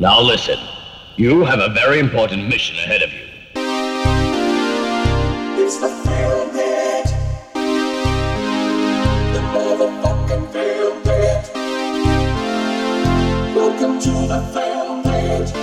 Now listen, you have a very important mission ahead of you. It's the Film Net. The motherfucking Film Net. Welcome to the Film Net.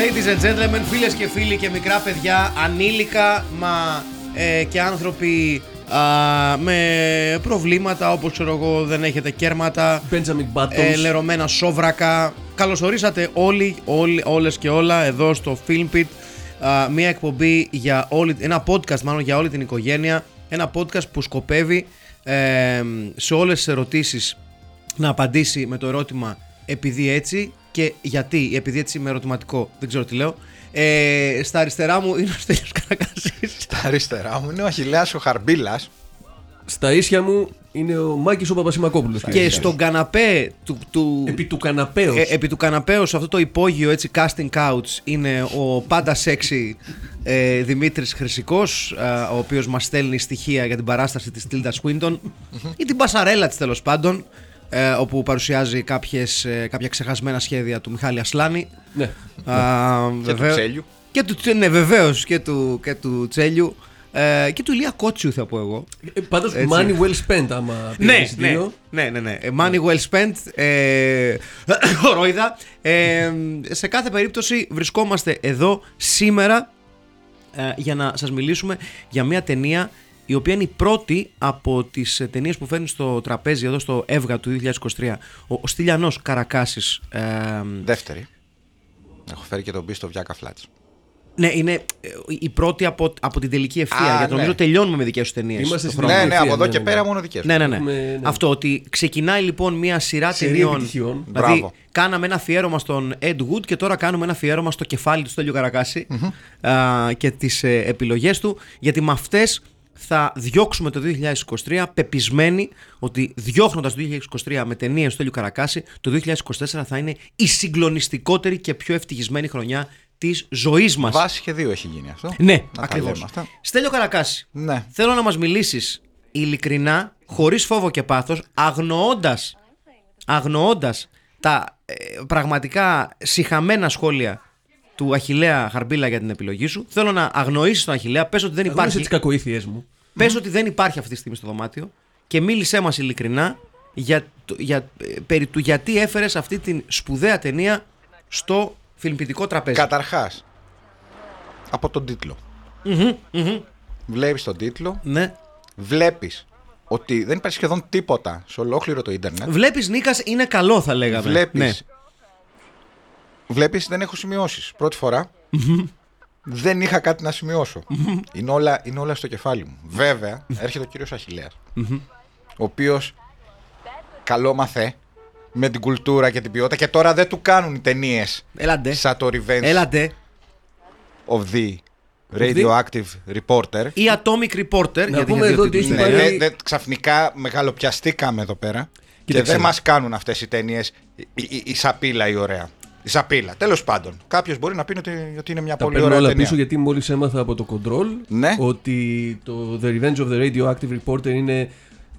Ladies and gentlemen, φίλες και φίλοι και μικρά παιδιά, ανήλικα μα ε, και άνθρωποι α, με προβλήματα όπως ξέρω εγώ δεν έχετε κέρματα, Benjamin Buttons. ε, λερωμένα σόβρακα. Καλωσορίσατε όλοι, όλοι, όλες και όλα εδώ στο Film Pit, α, μια εκπομπή για όλη, ένα podcast μάλλον για όλη την οικογένεια, ένα podcast που σκοπεύει ε, σε όλες τις ερωτήσεις να απαντήσει με το ερώτημα επειδή έτσι και γιατί, επειδή έτσι με ερωτηματικό, δεν ξέρω τι λέω. Ε, στα αριστερά μου είναι ο Στέλιος Καρακασής. Τα αριστερά μου είναι ο Αχιλέας ο Χαρμπίλας. Στα ίσια μου είναι ο Μάκης ο Παπασημακόπουλος. και στον καναπέ του, του, Επί του καναπέως. Ε, επί του καναπέου σε αυτό το υπόγειο έτσι casting couch είναι ο πάντα σεξι ε, Δημήτρης Χρυσικός ε, ο οποίος μας στέλνει στοιχεία για την παράσταση της Tilda Swinton ή την πασαρέλα της τέλος πάντων ε, όπου παρουσιάζει κάποιες, ε, κάποια ξεχασμένα σχέδια του Μιχάλη Ασλάνη Ναι. Α, Και του βεβαίως. Τσέλιου. Και του, Τσε- ναι, βεβαίως και του, και του Τσέλιου. Ε, και του Ηλία Κότσιου θα πω εγώ. Ε, Πάντως Έτσι. money well spent άμα Ναι, πήρες ναι, δύο. ναι, ναι, ναι. Ε, Money well spent, ε, χορόιδα. Ε, σε κάθε περίπτωση βρισκόμαστε εδώ σήμερα ε, για να σας μιλήσουμε για μια ταινία η οποία είναι η πρώτη από τις ε, ταινίες που φέρνει στο τραπέζι εδώ στο Εύγα του 2023 ο, ο Στυλιανός Καρακάσης ε, Δεύτερη. Έχω φέρει και τον πίστο Βιάκα Φλάτ. ναι είναι ε, η πρώτη από, από την τελική ευθεία Α, γιατί νομίζω ναι. τελειώνουμε με δικές σου ταινίες Είμαστε το στην χρόνο. Ναι, ναι, Προμηθεία, από εδώ ναι, και ναι. πέρα μόνο δικές. Ναι, ναι, ναι. Έχουμε, ναι. Αυτό ότι ξεκινάει λοιπόν μια σειρά Σειρή ταινιών. επιτυχιών. Δηλαδή, Μπράβο. κάναμε ένα αφιέρωμα στον Ed Wood και τώρα κάνουμε ένα αφιέρωμα στο κεφάλι του Στέλιου Καρακάση, α, και τις ε, επιλογές του. Γιατί με αυτές θα διώξουμε το 2023 πεπισμένοι ότι διώχνοντας το 2023 με ταινίες του Στέλιου Καρακάση το 2024 θα είναι η συγκλονιστικότερη και πιο ευτυχισμένη χρονιά της ζωής μας. Βάση και δύο έχει γίνει αυτό. Ναι, Να τα λέμε ακριβώς. αυτά. Στέλιο Καρακάση, Ναι. θέλω να μας μιλήσεις ειλικρινά, χωρίς φόβο και πάθος, αγνοώντας, αγνοώντας τα ε, πραγματικά συχαμένα σχόλια του Αχιλέα Χαρμπίλα για την επιλογή σου. Θέλω να αγνοήσεις τον Αχιλέα, πες ότι δεν Αγνώρισε υπάρχει, τις κακοήθειές μου. πες ότι δεν υπάρχει αυτή τη στιγμή στο δωμάτιο και μίλησέ μας ειλικρινά για, το- για, ε, περί του γιατί έφερες αυτή την σπουδαία ταινία στο φιλμπιτικό τραπέζι. Καταρχάς, από τον τίτλο. Βλέπεις τον τίτλο, Ναι. βλέπεις ότι δεν υπάρχει σχεδόν τίποτα σε ολόκληρο το ίντερνετ. Βλέπεις Νίκας είναι καλό θα λέγαμε. Βλέπεις. Ναι. Βλέπεις, δεν έχω σημειώσεις. Πρώτη φορά δεν είχα κάτι να σημειώσω. είναι, όλα, είναι όλα στο κεφάλι μου. Βέβαια, έρχεται ο κύριος Αχιλέας, ο οποίος καλό μαθέ με την κουλτούρα και την ποιότητα και τώρα δεν του κάνουν οι ταινίες Έλαντε. σαν το Revenge Έλατε. of the Radioactive Reporter. Ή Atomic Reporter. γιατί πούμε είχε εδώ δύο ότι τίτλους. έχει Ναι, Πάει- δεν- δεν- ξαφνικά μεγαλοπιαστήκαμε εδώ πέρα και Κοίταξε. δεν μας κάνουν αυτές οι ταινίες η, η, η σαπίλα η ωραία. Η σαπίλα. Τέλος πάντων, κάποιος μπορεί να πει ότι, ότι είναι μια Τα πολύ παίρνω ωραία όλα ταινία. πίσω γιατί μόλις έμαθα από το Control Ναι. ότι το The Revenge of the Radioactive Reporter είναι,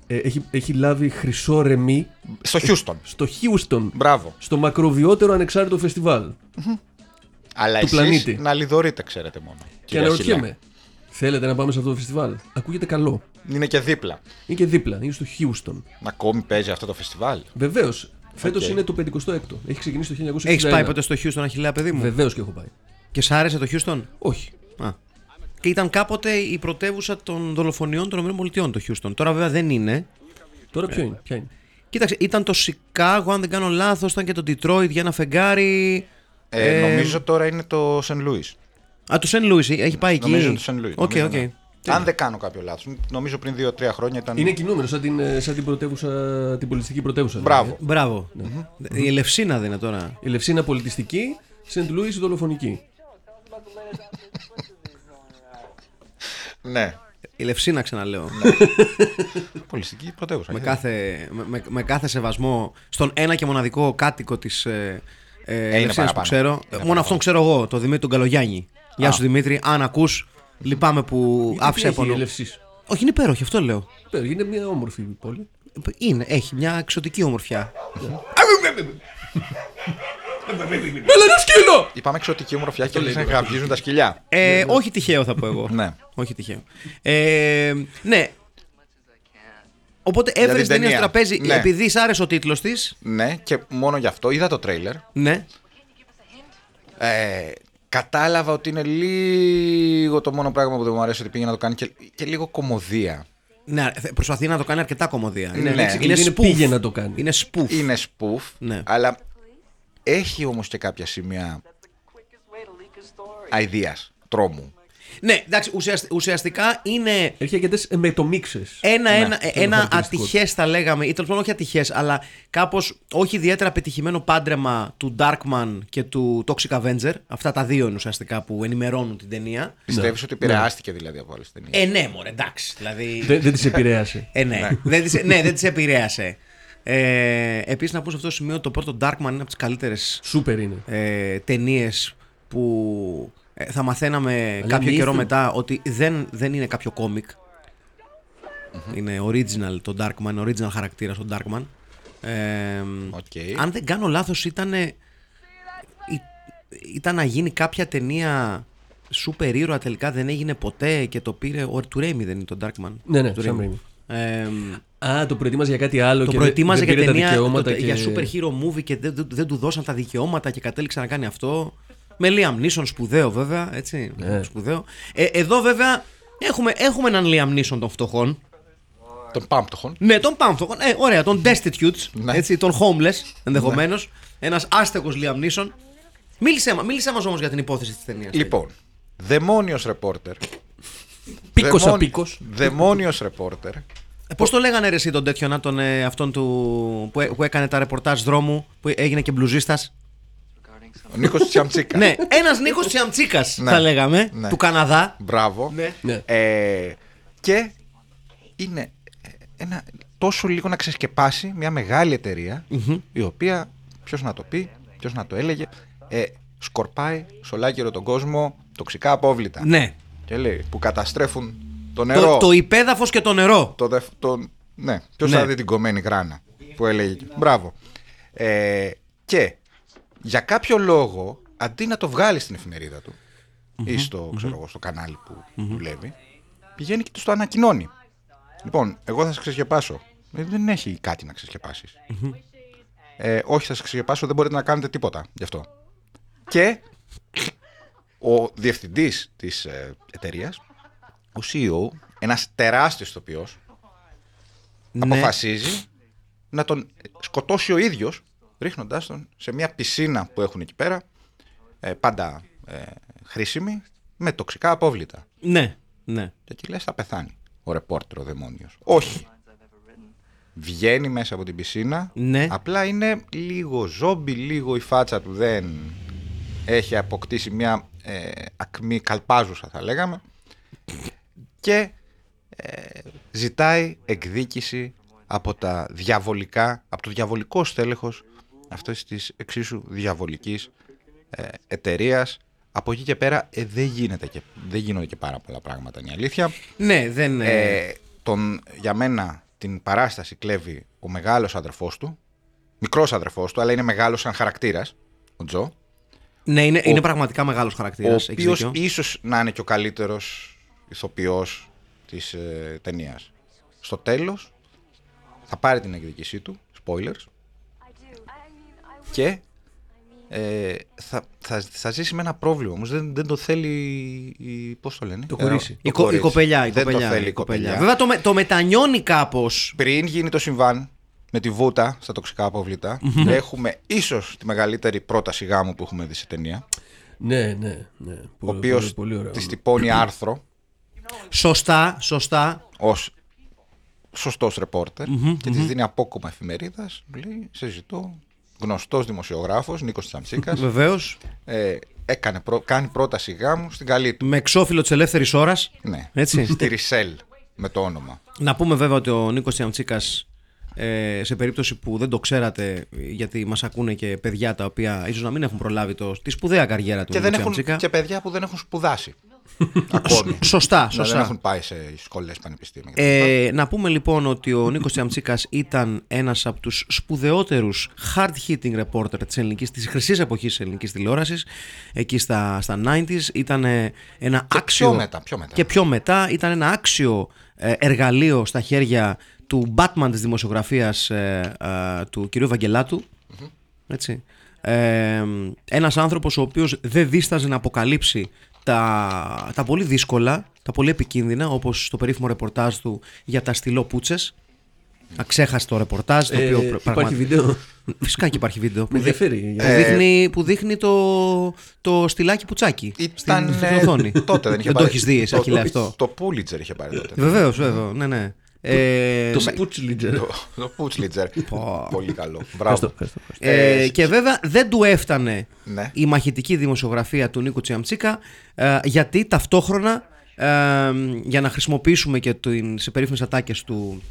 ε, έχει, έχει λάβει χρυσό ρεμί Στο Χιούστον. στο Houston, Μπράβο. στο μακροβιότερο ανεξάρτητο φεστιβάλ. Αλλά Του εσείς πλανήτη. να λιδωρείτε, ξέρετε μόνο. Και κύριε αναρωτιέμαι, θέλετε να πάμε σε αυτό το φεστιβάλ. Ακούγεται καλό. Αχιλέα. Είναι και δίπλα. Είναι και δίπλα, είναι στο Houston. Ακόμη παίζει αυτό το φεστιβάλ. Βεβαίως, φέτος είναι το 56ο. Έχει ξεκινήσει το 1961. Έχεις πάει ποτέ στο Χιούστον, Αχιλέα, παιδί μου. Βεβαίως και έχω πάει. Και σ' άρεσε το Χιούστον. Όχι. Α. Και ήταν κάποτε η πρωτεύουσα των δολοφονιών των ΗΠΑ το Χιούστον. Τώρα βέβαια δεν είναι. Τώρα Ε. ποιο είναι, ποια είναι. Κοίταξε, ήταν το Σικάγο, αν δεν κάνω λάθος, ήταν και το Ντιτρόιτ για ένα φεγγάρι. Ε, Ε, νομίζω τώρα είναι το Σεν Λούι. Α, το Σεν Λούις, έχει πάει εκεί. Νομίζω το Σεν Λούις, Οκ, νομίζω, οκ. ναι. Αν δεν κάνω κάποιο λάθος. Νομίζω πριν 2-3 χρόνια ήταν. Είναι κινούμενος, σαν την, ε, σαν την, πρωτεύουσα, την πολιτιστική πρωτεύουσα. δηλαδή, Μπράβο. ε. Μπράβο. Η Ελευσίνα δεν είναι τώρα. Η Λευσίνα πολιτιστική, Σεντ Λούι δολοφονική. Ε, Ναι. Η Ελευσίνα ξαναλέω. Πολιστική πρωτεύουσα. με, Ε, κάθε, με, με- με κάθε σεβασμό στον ένα και μοναδικό κάτοικο της ε, ε, Ελευσίνας που παραπάνω. ξέρω. Είναι Ε, Μόνο παραπάνω. αυτόν ξέρω εγώ, τον Δημήτρη τον Καλογιάννη. Γεια σου Δημήτρη, αν ακούς, λυπάμαι που άφησε από έπονο. Όχι, είναι υπέροχη, αυτό λέω. Είναι μια όμορφη πόλη. Είναι, έχει μια εξωτική ομορφιά. Έλα ένα σκύλο! Είπαμε εξωτική Ε, ομορφιά και άρχισαν να γαυγίζουν τα σκυλιά. Ε, όχι τυχαίο θα πω εγώ. Ναι. Όχι τυχαίο. Ε, ναι. Οπότε έβρε την ταινία την στο Δηλαδή ταινία. τραπέζι Ναι. επειδή σ' άρεσε ο τίτλος της. Ναι, και μόνο γι' αυτό είδα το τρέιλερ. Ναι. Ε, κατάλαβα ότι είναι λίγο το μόνο πράγμα που δεν μου αρέσει ότι πήγε να το κάνει και, και λίγο κομμωδία. ναι. θε- Προσπαθεί να το κάνει αρκετά κομμωδία. Είναι, Ναι. είναι, Είναι spoof. πήγε να το κάνει. Είναι spoof. Είναι spoof, Ναι. αλλά έχει όμως και κάποια σημεία αηδίας, τρόμου. Ναι, εντάξει, ουσιασ- ουσιαστικά είναι Έχει αρκετές μετομίξε. ένα, ένα, είναι ένα χαρακτηριστικό. ατυχές, θα λέγαμε, ή τέλος πάντων όχι ατυχές, αλλά κάπως όχι ιδιαίτερα πετυχημένο πάντρεμα του Darkman και του Toxic Avenger. Αυτά τα δύο είναι ουσιαστικά που ενημερώνουν την ταινία. Πιστεύεις ότι επηρεάστηκε δηλαδή από όλες τις ταινίες. Ναι. Ε, ναι, μωρέ, εντάξει. Δηλαδή. Δεν, δεν τη επηρέασε. Ε, ναι. δεν τις, ναι, δεν τις επηρέασε. Ε, Επίσης, να πω σε αυτό το σημείο το πρώτο Darkman είναι από τις καλύτερες Σούπερ είναι. ε, ταινίες που ε, θα μαθαίναμε κάποιο είναι καιρό ήθελ. μετά ότι δεν, δεν είναι κάποιο κόμικ. Είναι original το Darkman, original χαρακτήρα ο Darkman. Ε, Οκ. Αν δεν κάνω λάθος ήταν, ήταν να γίνει κάποια ταινία σούπερ ήρωα τελικά δεν έγινε ποτέ και το πήρε ο του Raimi δεν είναι το Darkman. Ναι, ναι, Του Sam Raimi. Raimi. Εμ, Α, το προετοίμαζε για κάτι άλλο. το και προετοίμαζε για δεν, δεν πήρε τα ταινία δικαιώματα το- και... για super hero movie και δεν, δεν- δεν του δώσαν τα δικαιώματα και κατέληξε να κάνει αυτό. Με Liam Neeson, σπουδαίο βέβαια, έτσι, Ναι. σπουδαίο. Ε, εδώ βέβαια έχουμε, έχουμε έναν Liam Neeson των φτωχών. Τον Πάμπτοχον. Ναι, τον Πάμφτωχον. Ε, ωραία, τον Destitutes, Ναι. έτσι, τον Homeless ενδεχομένως. Ναι. Ένας άστεγος Liam Neeson. Μίλησέ, μα- μίλησέ μας όμως για την υπόθεση της ταινίας. ε. Λοιπόν, δαιμόνιος ρεπόρτερ. Πίκος Δαιμόν- απίκος. Δαιμόνιος ρεπόρτερ. Ε, Πώς το λέγανε ρε εσύ τον τέτοιον, α, τον, ε, αυτόν του, που, έ- που, έκανε τα ρεπορτάζ δρόμου, που έγινε και μπλουζίστας. Ο Νίκος Τσιαμτσίκας. ναι, ένας Νίκος Τσιαμτσίκας Ναι. θα λέγαμε, Ναι. του Καναδά. Μπράβο. Ναι. Ε, και είναι ε, ένα τόσο λίγο να ξεσκεπάσει μια μεγάλη εταιρεία, η οποία, ποιος να το πει, ποιος να το έλεγε, ε, σκορπάει σε ολάκερο τον κόσμο τοξικά απόβλητα. Ναι. Και λέει, που καταστρέφουν το Το, νερό. το υπέδαφος και το νερό. το δεφ- το- ναι, ποιος Ναι. θα δει την κομμένη γράνα που έλεγε. και- Μπράβο. Ε, και για κάποιο λόγο, αντί να το βγάλει στην εφημερίδα του ή στο, ξέρω εγώ, στο κανάλι που δουλεύει, πηγαίνει και του το ανακοινώνει. Λοιπόν, εγώ θα σε ξεσκεπάσω. Ε, Δεν έχει κάτι να ξεσκεπασει Ε, όχι, θα σε ξεσκεπάσω, δεν μπορείτε να κάνετε τίποτα γι' αυτό. Και ο διευθυντής της εταιρείας, ο E CEO, ένας τεράστιος ηθοποιό, Ναι. αποφασίζει να τον σκοτώσει ο ίδιος ρίχνοντάς τον σε μια πισίνα που έχουν εκεί πέρα ε, πάντα ε, χρήσιμη με τοξικά απόβλητα. Ναι, ναι. Και εκεί λες θα πεθάνει ο ρεπόρτερ ο δαιμόνιος. Όχι. Βγαίνει μέσα από την πισίνα. Ναι. Απλά είναι λίγο ζόμπι, λίγο η φάτσα του δεν έχει αποκτήσει μια ε, ακμή καλπάζουσα θα λέγαμε. Και ε, ζητάει εκδίκηση από τα διαβολικά, από το διαβολικό στέλεχος αυτής της εξίσου διαβολικής ε, εταιρείας. Από εκεί και πέρα ε, δεν, γίνεται και, δεν γίνονται και πάρα πολλά πράγματα, είναι η αλήθεια. Ναι, δεν. Ε... Ε, τον, για μένα την παράσταση κλέβει ο μεγάλος αδερφός του, μικρός αδερφός του, αλλά είναι μεγάλος σαν χαρακτήρας, ο Τζο, ναι, είναι, ο- είναι πραγματικά μεγάλος ο χαρακτήρα. οποίος ίσως να είναι και ο καλύτερος ηθοποιός της ε, ταινίας. Στο τέλος θα πάρει την εκδίκησή του, spoilers, και ε, θα, θα, θα ζήσει με ένα πρόβλημα. Όμως δεν, δεν το θέλει. η- Πώς το λένε, Το κορίτσι. Ε, Η, το κο, η κορίτσι. κοπελιά. Η δεν κοπελιά, το θέλει η η κοπελιά. Βέβαια το, με, το μετανιώνει κάπως. Πριν γίνει το συμβάν με τη βούτα στα τοξικά απόβλητα, έχουμε ίσως τη μεγαλύτερη πρόταση γάμου που έχουμε δει σε ταινία. Ναι, ναι, ναι. Πολύ- ο οποίος πολύ- πολύ ωραίο. της τυπώνει άρθρο Σωστά, σωστά. ως σωστός ρεπόρτερ και της δίνει απόκομα εφημερίδας. Λέει: Σε ζητώ. Γνωστός δημοσιογράφος, Νίκος Τσαμψίκας, Βεβαίως. ε, έκανε πρό- κάνει πρόταση γάμου στην καλή του. Με εξώφυλλο της ελεύθερης ώρας. Ναι. Έτσι. Στη Ρισέλ με το όνομα. Να πούμε βέβαια ότι ο Νίκος Τσιαμτσίκας ε, σε περίπτωση που δεν το ξέρατε γιατί μας ακούνε και παιδιά τα οποία ίσως να μην έχουν προλάβει το, τη σπουδαία καριέρα του Και, Νίκο δεν έχουν, Τσιαμτσίκα. και παιδιά που δεν έχουν σπουδάσει. Ακόμη. Σωστά, Να, δεν σωστά. έχουν πάει σε σχολές πανεπιστήμια. Ε, να πούμε λοιπόν ότι ο Νίκος Τσιαμτσίκας ήταν ένας από τους σπουδαιότερους hard-hitting reporter της, ελληνικής, της χρυσής εποχής της ελληνικής τηλεόρασης εκεί στα, στα 90s ήταν ε, ένα άξιο πιο μετά, πιο μετά. και πιο μετά ήταν ένα άξιο ε, εργαλείο στα χέρια του Batman της δημοσιογραφίας ε, ε, του κυρίου Βαγγελάτου έτσι. Ε, ένας άνθρωπος ο οποίος δεν δίσταζε να αποκαλύψει τα, τα πολύ δύσκολα, τα πολύ επικίνδυνα, όπως το περίφημο ρεπορτάζ του για τα στυλό πουτσες. Αξέχαστο ρεπορτάζ, το Ε, οποίο υπάρχει βίντεο. Φυσικά και υπάρχει βίντεο. Ε, Με που, δει- ενδιαφέρει. Δηλαδή, που δείχνει, που δείχνει το, το στυλάκι πουτσάκι. Ήταν στην, ε, στην οθόνη. τότε, δεν είχε το πάρει. έχεις δει, εσύ, το- Αχιλέα, αυτό. Το Πούλιτζερ είχε πάρει τότε. Βεβαίως, βέβαια. Ναι, ναι. Ε, Το Σπούτσλιτζερ. Το- Το Πούτσλιτζερ. Πολύ καλό. Ευχαριστώ, Μπράβο. ευχαριστώ, ευχαριστώ. ε, και βέβαια δεν του έφτανε Ναι. η μαχητική δημοσιογραφία του Νίκου Τσιαμτσίκα ε, γιατί ταυτόχρονα ε, για να χρησιμοποιήσουμε και την, σε περίφημες ατάκες του,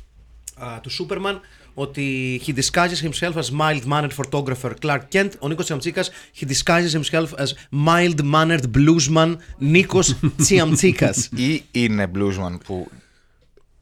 α, του Σούπερμαν ότι he disguises himself as mild-mannered photographer Clark Kent. Ο Νίκος Τσιαμτσίκας he disguises himself as mild-mannered bluesman Νίκος Τσιαμτσίκας. Ή είναι bluesman που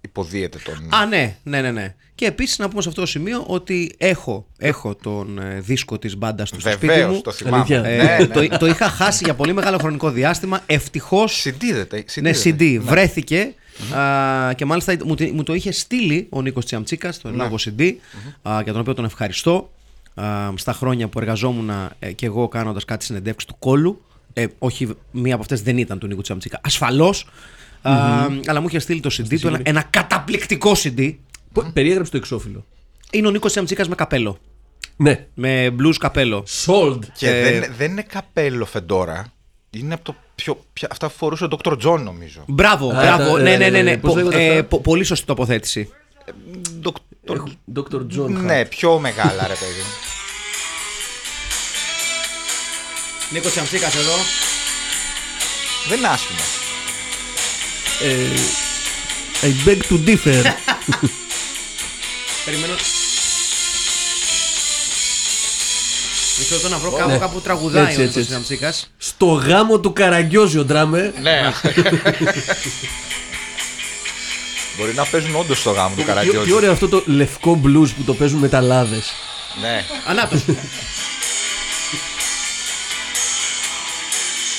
υποδίεται τον. Α, ναι, ναι, ναι. ναι. Και επίσης να πούμε σε αυτό το σημείο ότι έχω, έχω τον ε, δίσκο της μπάντας του στο σπίτι μου. Βεβαίω, το θυμάμαι. Αλήθεια. Ναι, Ε, ναι, το, ναι. το είχα χάσει για πολύ μεγάλο χρονικό διάστημα. Ευτυχώς. Συντίδεται. Ναι, CD. συντίδεται. Βρέθηκε. Α, και μάλιστα μου, τη- μου το είχε στείλει ο Νίκος Τσιαμτσίκα, το Ναι. εν λόγω CD, α, για τον οποίο τον ευχαριστώ. Α, στα χρόνια που εργαζόμουν ε, και εγώ κάνοντας κάτι συνεντεύξεις του κόλου. Ε, όχι, μία από αυτές δεν ήταν του Νίκο Τσιαμτσίκα. Ασφαλώς. αλλά μου είχε στείλει το CD του, ένα, ένα καταπληκτικό CD. Πο- Περιέγραψε το εξώφυλλο. Είναι ο Νίκος Τσιαμτσίκα με καπέλο. Ναι. Με blues καπέλο. Sold. Και Ε, δεν, δεν είναι καπέλο φεντόρα. Είναι από το πιο. Πια, αυτά που φορούσε ο Dr. John, νομίζω. Μπράβο, Α, μπράβο. τα- ναι, ε, ναι, ναι. ναι. πώς Πο- λέγονται ε, αυτά? πο- πολύ σωστή τοποθέτηση. Dr. Έχω- Dr. John. Ναι, Hart. πιο μεγάλα, ρε παιδί. Νίκος Τσιαμτσίκα εδώ. δεν είναι άσχημο. Ε, I beg to differ. Περιμένω. Μισό λεπτό να βρω κάπου, κάπου τραγουδάει ναι. Έτσι, ο Νίκος έτσι, έτσι. Τσιαμτσίκας. Στο γάμο του Καραγκιόζιο ντράμε. Ναι. Μπορεί να παίζουν όντως το γάμο του Τι, τι Καραγκιόζη. ωραίο αυτό το λευκό blues που το παίζουν με τα λάδες. Ναι. Ανάτος.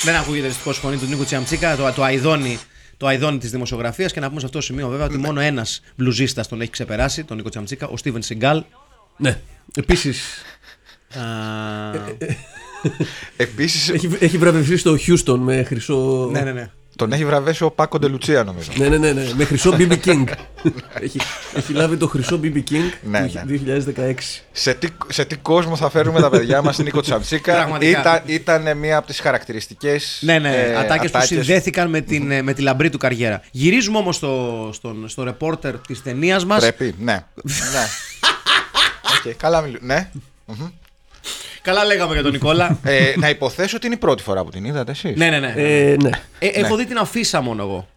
Δεν ακούγεται δυστυχώς η φωνή του Νίκο Τσιαμτσίκα, το, το αηδόνι το αηδόνι της δημοσιογραφίας και να πούμε σε αυτό το σημείο βέβαια ότι μόνο ένας μπλουζίστας τον έχει ξεπεράσει, τον Νίκο Τσιαμτσίκα, ο Στίβεν Σιγκάλ. Ναι. Επίσης Α, Επίση έχει, έχει βραβευτεί στο Houston με χρυσό. ναι, ναι, ναι. τον έχει βραβέσει ο Πάκο Ντελουτσία, νομίζω. Ναι, ναι, ναι, ναι, με χρυσό BB King. έχει, έχει λάβει το χρυσό BB King Ναι, του ναι. 2016. σε, τι, σε τι κόσμο θα φέρουμε τα παιδιά μας, Νίκο Τσαμψίκα. Πραγματικά. ήταν, ήταν μία από ε, τις χαρακτηριστικές. Ναι, ναι, ατάκες που συνδέθηκαν με την, ε, με τη λαμπρή του καριέρα. Γυρίζουμε όμως στο, στον, στο ρεπόρτερ της ταινίας μας. Πρέπει, ναι. ναι. Οκ, καλά μιλού. Ναι. Καλά λέγαμε για τον Νικόλα. Ε, να υποθέσω ότι είναι η πρώτη φορά που την είδατε εσείς. ναι, ναι, ναι. Ε, Ε, ναι. Έχω δει την αφίσα μόνο εγώ.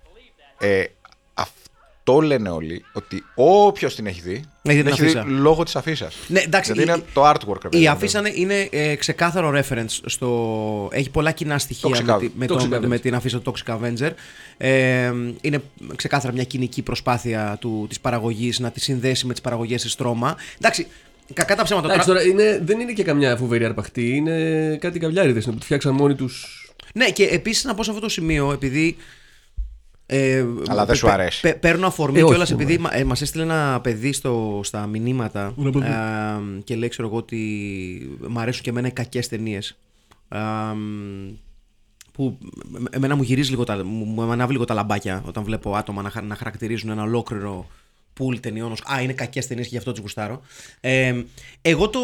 ναι. Ε, αυτό λένε όλοι ότι όποιος την έχει δει. Ναι, για την έχει δει αφίσα. λόγω της αφίσας. Ναι, εντάξει, Γιατί η- είναι το artwork. δηλαδή. ρε παιδί Η ναι. μου. αφίσα είναι, είναι ε, ξεκάθαρο reference στο. Έχει πολλά κοινά στοιχεία Toxic με, Avenger. τη- με, Toxic το, με, Avenger. με την αφίσα του Toxic Avenger. Ε, είναι ξεκάθαρα μια κοινική προσπάθεια του, της παραγωγής να τη συνδέσει με τις παραγωγές της τρόμα. Εντάξει, κακά τα ψέματα. Εντάξει, τώρα- τώρα είναι, δεν είναι και καμιά φοβερή αρπαχτή, είναι κάτι καβλιάριδες είναι που τη φτιάξαν μόνοι τους Ναι, και επίσης να πω σε αυτό το σημείο, επειδή. Ε, Αλλά δεν σου αρέσει. παίρνω αφορμή Ε, όχι, κιόλας μου επειδή μα ε, μας έστειλε ένα παιδί στο, στα μηνύματα ε, και λέει, ξέρω εγώ, ότι μου αρέσουν και εμένα οι Ε, κακές ταινίες. που εμένα μου γυρίζει λίγο τα, μου, μου ανάβει λίγο τα λαμπάκια όταν βλέπω άτομα να, χα- να χαρακτηρίζουν ένα ολόκληρο πουλ ταινιών ως, α είναι κακές ταινίες και γι' αυτό τις γουστάρω ε, εγώ το,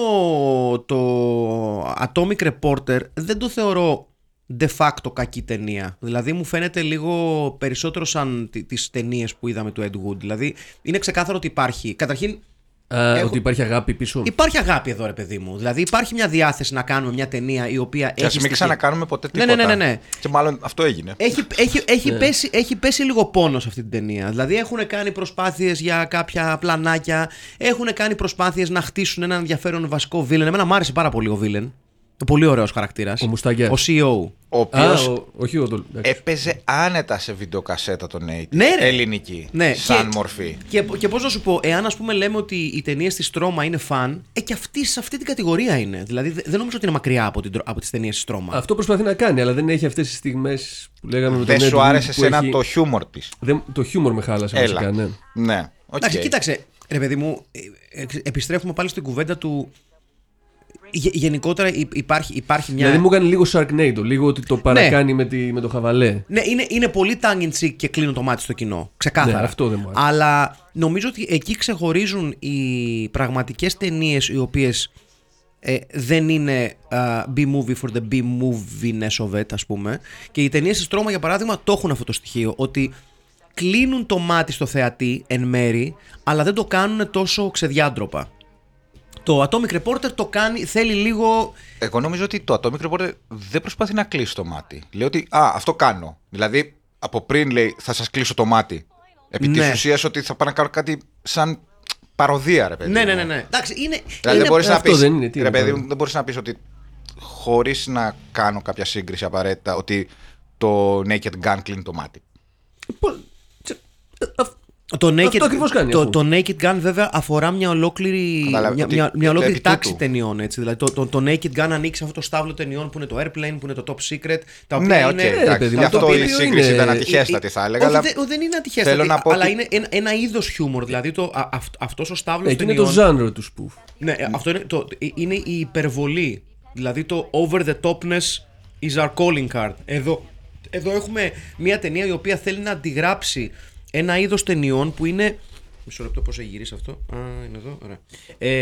το Atomic Reporter δεν το θεωρώ de facto κακή ταινία. Δηλαδή μου φαίνεται λίγο περισσότερο σαν τις ταινίες που είδαμε του Ed Wood. Δηλαδή είναι ξεκάθαρο ότι υπάρχει. Καταρχήν Α, Ότι υπάρχει αγάπη πίσω. υπάρχει αγάπη εδώ, ρε παιδί μου. Δηλαδή υπάρχει μια διάθεση να κάνουμε μια ταινία η οποία Και ας έχει. μην στοιχεία- ξανακάνουμε ποτέ Ναι, τίποτα. ναι, ναι, ναι, Ε, ναι. Και μάλλον αυτό έγινε. Έχει, έχει, έχει, Ναι. πέσει, έχει πέσει λίγο πόνο σε αυτή την ταινία. Δηλαδή έχουν κάνει προσπάθειες για κάποια πλανάκια, έχουν κάνει προσπάθειες να χτίσουν έναν ενδιαφέρον βασικό βίλεν. Εμένα μου άρεσε πάρα πολύ ο βίλεν. Το πολύ ωραίος χαρακτήρας. Ο Μουστάκιας. Ο E CEO. Ο Α, οποίος ο- όχι ο Ντολ. εντάξει. έπαιζε άνετα σε βιντεοκασέτα των 80. Ναι, ρε. Ελληνική. Ναι, σαν και- μορφή. Και, και πώς να σου πω, εάν ας πούμε λέμε ότι οι ταινίες της Στρώμα είναι φαν, ε, και αυτή σε αυτή την κατηγορία είναι. Δηλαδή δε- δεν νομίζω ότι είναι μακριά από, την, τρο- από τις ταινίες της Στρώμα. Αυτό προσπαθεί να κάνει, αλλά δεν έχει αυτές τις στιγμές που λέγαμε με τον Δεν Ed Wood σου άρεσε που σένα έχει- το χιούμορ της. Δεν- Το χιούμορ με χάλασε Έλα. βασικά, ναι. Ναι. οκ. Εντάξει, κοίταξε, ρε παιδί μου, ε, ε, επιστρέφουμε πάλι στην κουβέντα του. Γε- γενικότερα υ- υπάρχει, υπάρχει μια. Δηλαδή μου έκανε λίγο Sharknado, λίγο ότι το παρακάνει Ναι. με, τη, με το χαβαλέ. Ναι, είναι, είναι πολύ tongue in cheek και κλείνω το μάτι στο κοινό. Ξεκάθαρα. Ναι, αυτό δεν μου αρέσει. Αλλά νομίζω ότι εκεί ξεχωρίζουν οι πραγματικές ταινίες οι οποίες ε, δεν είναι α, B-movie for the B-moviness of it, ας πούμε. Και οι ταινίες της Τρώμα, για παράδειγμα, το έχουν αυτό το στοιχείο. Ότι κλείνουν το μάτι στο θεατή εν μέρη, αλλά δεν το κάνουν τόσο ξεδιάντροπα. Το Atomic Reporter το κάνει, θέλει λίγο. Εγώ νομίζω ότι το Atomic Reporter δεν προσπαθεί να κλείσει το μάτι. Λέει ότι Α, αυτό κάνω. Δηλαδή από πριν λέει θα σας κλείσω το μάτι. Επί Ναι. της ουσίας ότι θα πάω να κάνω κάτι σαν παροδία, ρε παιδί. Ναι, μου. ναι, ναι, ναι. Εντάξει, είναι. Δηλαδή δεν είναι- μπορείς να αυτό πεις. δεν είναι, τι Ρε είναι, παιδί πάμε. μου, δεν μπορείς να πεις ότι χωρίς να κάνω κάποια σύγκριση απαραίτητα ότι το Naked Gun κλείνει το μάτι. Το naked, Αυτό ακριβώς κάνει το, αυτό. το Naked Gun βέβαια αφορά μια ολόκληρη, μια, Κατάλαβε μια, ότι μια επί ολόκληρη τούτου. τάξη ταινιών. Έτσι. Δηλαδή, το, το, το Naked Gun ανήκει σε αυτό το στάβλο ταινιών που είναι το Airplane, που είναι το Top Secret. Τα οποία Ναι, οκ, είναι, Ε, ρε εντάξει. παιδί Γι' μου, το αυτό η οποίο σύγκριση είναι- ήταν η- ατυχέστατη, θα έλεγα. όχι, αλλά- δεν, δεν είναι ατυχές, Θέλω δηλαδή, να πω αλλά ότι- είναι ένα, ένα είδος χιούμορ. Δηλαδή το, α, αυ- αυτός ο στάβλος Εκεί Ε, είναι το genre του σπουφ. Ναι, αυτό είναι, το, είναι η υπερβολή. Δηλαδή το over the topness is our calling card. Εδώ, εδώ έχουμε μια ταινία η οποία θέλει να αντιγράψει ένα είδος ταινιών που είναι... Μισό λεπτό πώς έχει γυρίσει αυτό. Α, είναι εδώ. Ωραία. Ε,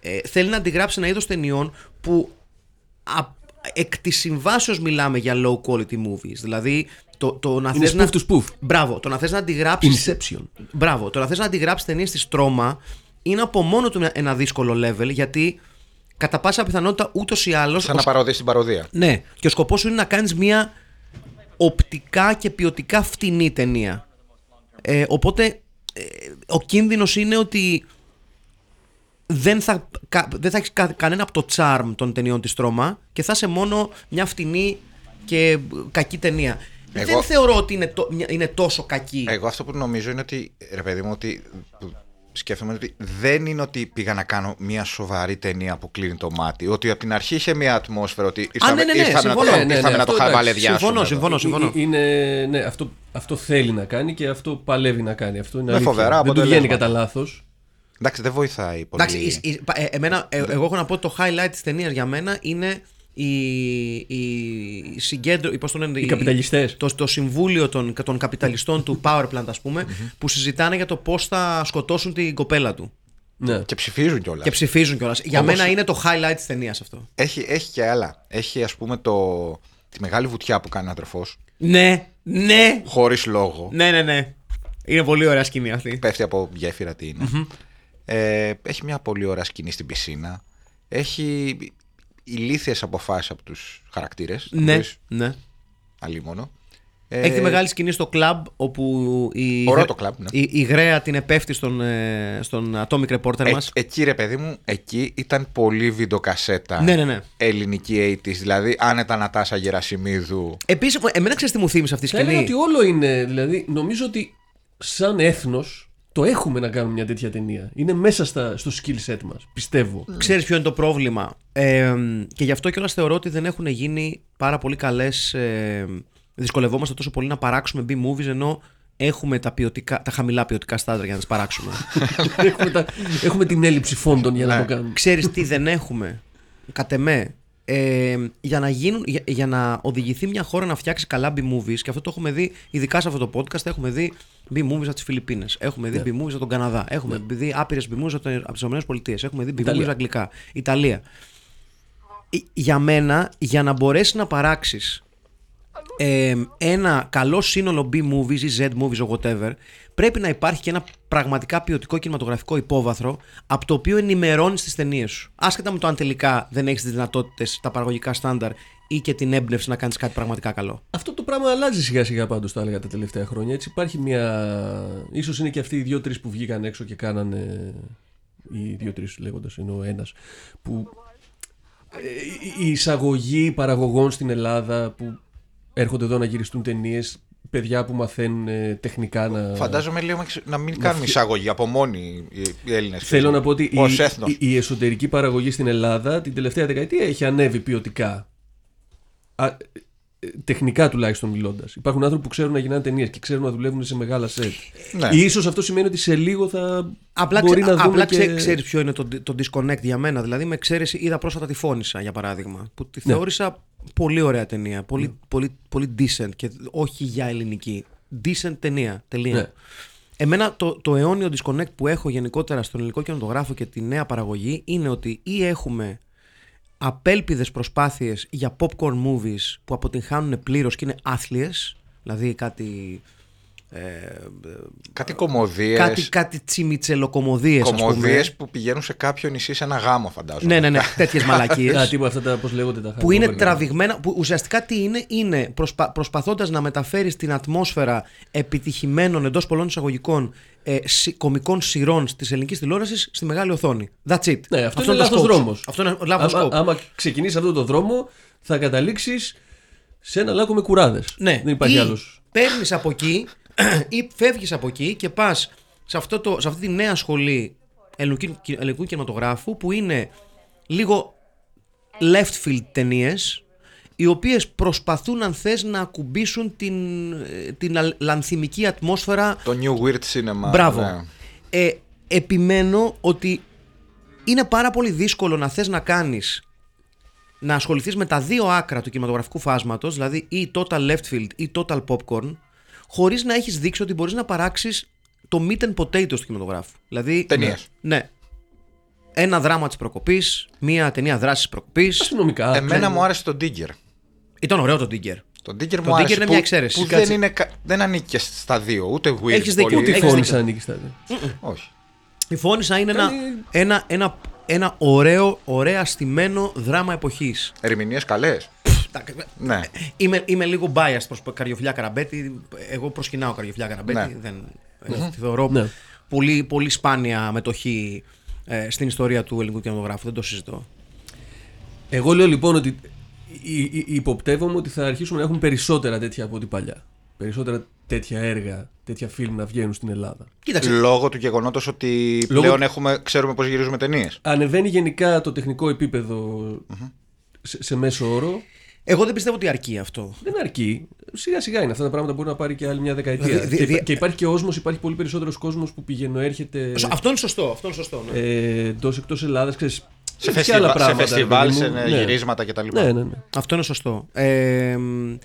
ε, θέλει να αντιγράψει ένα είδος ταινιών που α, εκ της συμβάσεως μιλάμε για low quality movies. Δηλαδή το, το να Είναι θες να... σπουφ του σπουφ. Μπράβο, το να θες να αντιγράψεις... Inception. Μπράβο. Το να θες να αντιγράψεις ταινίες της τρόμα είναι από μόνο του μια- ένα δύσκολο level γιατί κατά πάσα πιθανότητα ούτως ή άλλως. Σαν να παροδίσει την παροδία. Ναι, και ο σκοπός σου είναι να κάνεις μια οπτικά και ποιοτικά φτηνή ταινία. Ε, οπότε ε, ο κίνδυνος είναι ότι δεν θα, κα- δεν θα έχεις κα- κανένα από το charm των ταινιών της τρόμα και θα είσαι μόνο μια φτηνή και κακή ταινία. Εγώ- Δεν θεωρώ ότι είναι, το- μια- είναι τόσο κακή. Εγώ αυτό που νομίζω είναι ότι, ρε παιδί μου, ότι που σκέφτομαι ότι δεν είναι ότι πήγα να κάνω μια σοβαρή ταινία που κλείνει το μάτι. Ότι από την αρχή είχε μια ατμόσφαιρα ότι ήρθαμε, ναι, ναι, ναι, ήρθαμε να το, συμφωνώ. χα- Ναι, ναι, ήρθαμε ναι, να το αυτό εντάξει, χαβαλεδιάσουμε συμφωνώ, εδώ. συμφωνώ, συμφωνώ. Ε, Είναι, ναι, αυτό, αυτό θέλει να κάνει και αυτό παλεύει να κάνει. Αυτό είναι Με αλήθεια. φοβερά δεν του βγαίνει αποτελέσματα. κατά λάθος. Εντάξει, δεν βοηθάει πολύ. Εντάξει, εις- εις- πα- ε, εμένα, ε, εγώ έχω να πω ότι το highlight της ταινίας για μένα είναι η, η, συγκέντρωση, πώς το λένε, οι καπιταλιστές. Το, το συμβούλιο των, των καπιταλιστών του Power Plant, ας πούμε, που συζητάνε για το πώς θα σκοτώσουν την κοπέλα του. Ναι. Και ψηφίζουν κιόλας. Και ψηφίζουν κιόλας. Για Όπως- μένα είναι το highlight της ταινίας αυτό. Έχει, έχει και άλλα. Έχει, ας πούμε, το... τη μεγάλη βουτιά που κάνει ο αδερφός. Ναι, ναι, Χωρίς λόγο. ναι, ναι, ναι. Είναι πολύ ωραία σκηνή αυτή. Πέφτει από γέφυρα τι ειναι Ε, έχει μια πολύ ωραία σκηνή στην πισίνα. Έχει ηλίθιες αποφάσεις από τους χαρακτήρες. Ναι, ναι. Αλίμονο. Ε, Έχει τη μεγάλη σκηνή στο κλαμπ όπου η, Ωραίο το κλαμπ, ναι. η, η Γραία την επέφτει στον, ε, στον Atomic Reporter Ε, μας. εκεί ρε παιδί μου, εκεί ήταν πολύ βιντεοκασέτα Ναι, ναι, ναι. ελληνική 80's, δηλαδή άνετα Νατάσα Γερασιμίδου. Επίσης, ε, εμένα ξέρεις τι μου θύμισε αυτή η Θα έλεγα σκηνή. ότι όλο είναι. Δηλαδή, νομίζω ότι σαν έθνος το έχουμε να κάνουμε μια τέτοια ταινία. Είναι μέσα στα, στο skill set μας. Πιστεύω. Ξέρεις ποιο είναι το πρόβλημα. Ε, και γι' αυτό κιόλας θεωρώ ότι δεν έχουν γίνει πάρα πολύ καλές. Ε, δυσκολευόμαστε τόσο πολύ να παράξουμε B-movies ενώ έχουμε τα, ποιοτικά, τα χαμηλά ποιοτικά στάνταρ για να τις παράξουμε. έχουμε, τα- έχουμε την έλλειψη φόντων για να το κάνουμε. Ξέρεις τι δεν έχουμε, κατ' εμέ, ε, για, να γίνουν, για, για να οδηγηθεί μια χώρα να φτιάξει καλά B-movies και αυτό το έχουμε δει, ειδικά σε αυτό το podcast, έχουμε δει B-movies από τις Φιλιππίνες, έχουμε Ναι. δει B-movies από τον Καναδά, έχουμε δει άπειρες B-movies από, το- από τις ΗΠΑ, έχουμε δει B-movies Ιταλία. αγγλικά, Ιταλία. Ε, Για μένα, για να μπορέσεις να παράξεις ε, ένα καλό σύνολο B-movies ή Z-movies or whatever, πρέπει να υπάρχει και ένα πραγματικά ποιοτικό κινηματογραφικό υπόβαθρο από το οποίο ενημερώνεις τις ταινίες σου. Άσχετα με το αν τελικά δεν έχεις τις δυνατότητες, τα παραγωγικά στάνταρ ή και την έμπνευση να κάνεις κάτι πραγματικά καλό. Αυτό το πράγμα αλλάζει σιγά σιγά πάντως, τα έλεγα τα τελευταία χρόνια. Έτσι υπάρχει μια. ίσως είναι και αυτοί οι δύο-τρει που βγήκαν έξω και κάνανε. Οι δύο-τρει λέγοντας, ενώ ένας. Που. ε, Η εισαγωγή παραγωγών στην Ελλάδα που έρχονται εδώ να γυριστούν ταινίες. Παιδιά που μαθαίνουν ε, τεχνικά να. Φαντάζομαι λίγο να μην κάνουμε εισαγωγή από μόνοι οι- οι Έλληνες. Θέλω να πω ότι Ω η, έθνο. η, η εσωτερική παραγωγή στην Ελλάδα την τελευταία δεκαετία έχει ανέβει ποιοτικά. Α, ε, ε, τεχνικά τουλάχιστον μιλώντας. Υπάρχουν άνθρωποι που ξέρουν να γυρνάνε ταινίες και ξέρουν να δουλεύουν σε μεγάλα σετ. Ναι. Ίσως αυτό σημαίνει ότι σε λίγο θα Απλά, μπορεί ξε, να δούμε απλά και... ξε- ξέρεις ποιο είναι το, το disconnect για μένα. Δηλαδή, με εξαίρεση, είδα πρόσφατα τη Φώνησα, για παράδειγμα, που τη Ναι. θεώρησα πολύ ωραία ταινία. Πολύ, πολύ, πολύ decent και όχι για ελληνική. Decent ταινία. Τελεία. Ναι. Εμένα το, το αιώνιο disconnect που έχω γενικότερα στον ελληνικό κινηματογράφο και τη νέα παραγωγή είναι ότι ή έχουμε απέλπιδες προσπάθειες για popcorn movies που αποτυγχάνουν πλήρως και είναι άθλιες, δηλαδή κάτι Κάτι κομμωδίες. κάτι, κάτι τσιμιτσελοκομωδίες ας πούμε. που πηγαίνουν σε κάποιο νησί σε ένα γάμο, φαντάζομαι. Ναι, ναι, ναι, τέτοιες Τα μαλακίες. τύπου αυτά τα πώς λέγονται τα που είναι hangover, τραβηγμένα, που ουσιαστικά τι είναι, είναι προσπα, προσπαθώντας να μεταφέρεις την ατμόσφαιρα επιτυχημένων εντός πολλών εισαγωγικών ε, συ- κομικών σειρών της ελληνικής τηλεόρασης στη μεγάλη οθόνη. That's it. Ναι, αυτό, είναι, το λάθος scope. δρόμος. Αυτό είναι ο λάθος άμα, scope. άμα ξεκινήσεις αυτόν τον δρόμο θα καταλήξεις σε ένα λάκκο με κουράδες. Ναι. Δεν υπάρχει ή άλλος. Παίρνεις από εκεί ή φεύγεις από εκεί και πας σε, αυτό το- σε αυτή τη νέα σχολή ελληνικού, ελληνικού κινηματογράφου που είναι λίγο left field ταινίες οι οποίες προσπαθούν αν θες να ακουμπήσουν την, ε, την αλ- λανθιμική ατμόσφαιρα Το New Weird Cinema. Μπράβο. ναι. Ε, επιμένω ότι είναι πάρα πολύ δύσκολο να θες να κάνεις να ασχοληθείς με τα δύο άκρα του κινηματογραφικού φάσματος, δηλαδή ή total left field ή total popcorn, χωρίς να έχεις δείξει ότι μπορείς να παράξεις το meat and potatoes του κινηματογράφου. Δηλαδή, Ταινίες. Ναι. ναι. Ένα δράμα της προκοπής, μία ταινία δράσης της προκοπής. Αστυνομικά. Εμένα μου άρεσε το Digger. Ήταν ωραίο ναι. το Digger. Το Digger μου Digger άρεσε. είναι που- μια εξαίρεση. Που δεν, Κάτσε. είναι, κα- δεν ανήκει και στα δύο. Ούτε Weird. Έχεις δίκιο, πολύ. ούτε Τι Ε, Έχεις φώνησα δίκιο. ανήκει στα δύο. Όχι. Η φώνησα είναι ένα, ένα, ένα, ένα ωραίο, ωραία στημένο δράμα εποχής. Ερμηνείες καλές. Τα- Ναι. Είμαι, είμαι λίγο biased προς Καριοφιλιά Καραμπέτη. Εγώ προσκυνάω Καριοφιλιά Καραμπέτη. Ναι. Δεν, ε, Τη θεωρώ Ναι. πολύ, πολύ σπάνια μετοχή ε, στην ιστορία του ελληνικού κινηματογράφου. Δεν το συζητώ. Εγώ λέω λοιπόν ότι υ- υ- υποπτεύομαι ότι θα αρχίσουμε να έχουμε περισσότερα τέτοια από ό,τι παλιά. Περισσότερα τέτοια έργα, τέτοια φιλμ να βγαίνουν στην Ελλάδα. Κοίταξε. Λόγω του γεγονότος ότι Λόγω- πλέον έχουμε, ξέρουμε πώς γυρίζουμε ταινίες. Ανεβαίνει γενικά το τεχνικό επίπεδο σε, σε μέσο όρο. Εγώ δεν πιστεύω ότι αρκεί αυτό. Δεν αρκεί. Σιγά σιγά είναι αυτά τα πράγματα που μπορεί να πάρει και άλλη μια δεκαετία. Δηλαδή, δι- και, δι- και υπάρχει και όσμος, υπάρχει πολύ περισσότερος κόσμος που πηγαίνω, έρχεται Σω- Αυτό είναι σωστό. Αυτό είναι σωστό ναι. ε, εντός εκτός Ελλάδας. Σε, Σε, φεστιβάλ, σε, φεστιβάλ, σε Ναι. ε, γυρίσματα κτλ. Ναι, ναι, ναι. Αυτό είναι σωστό. Ε, μ,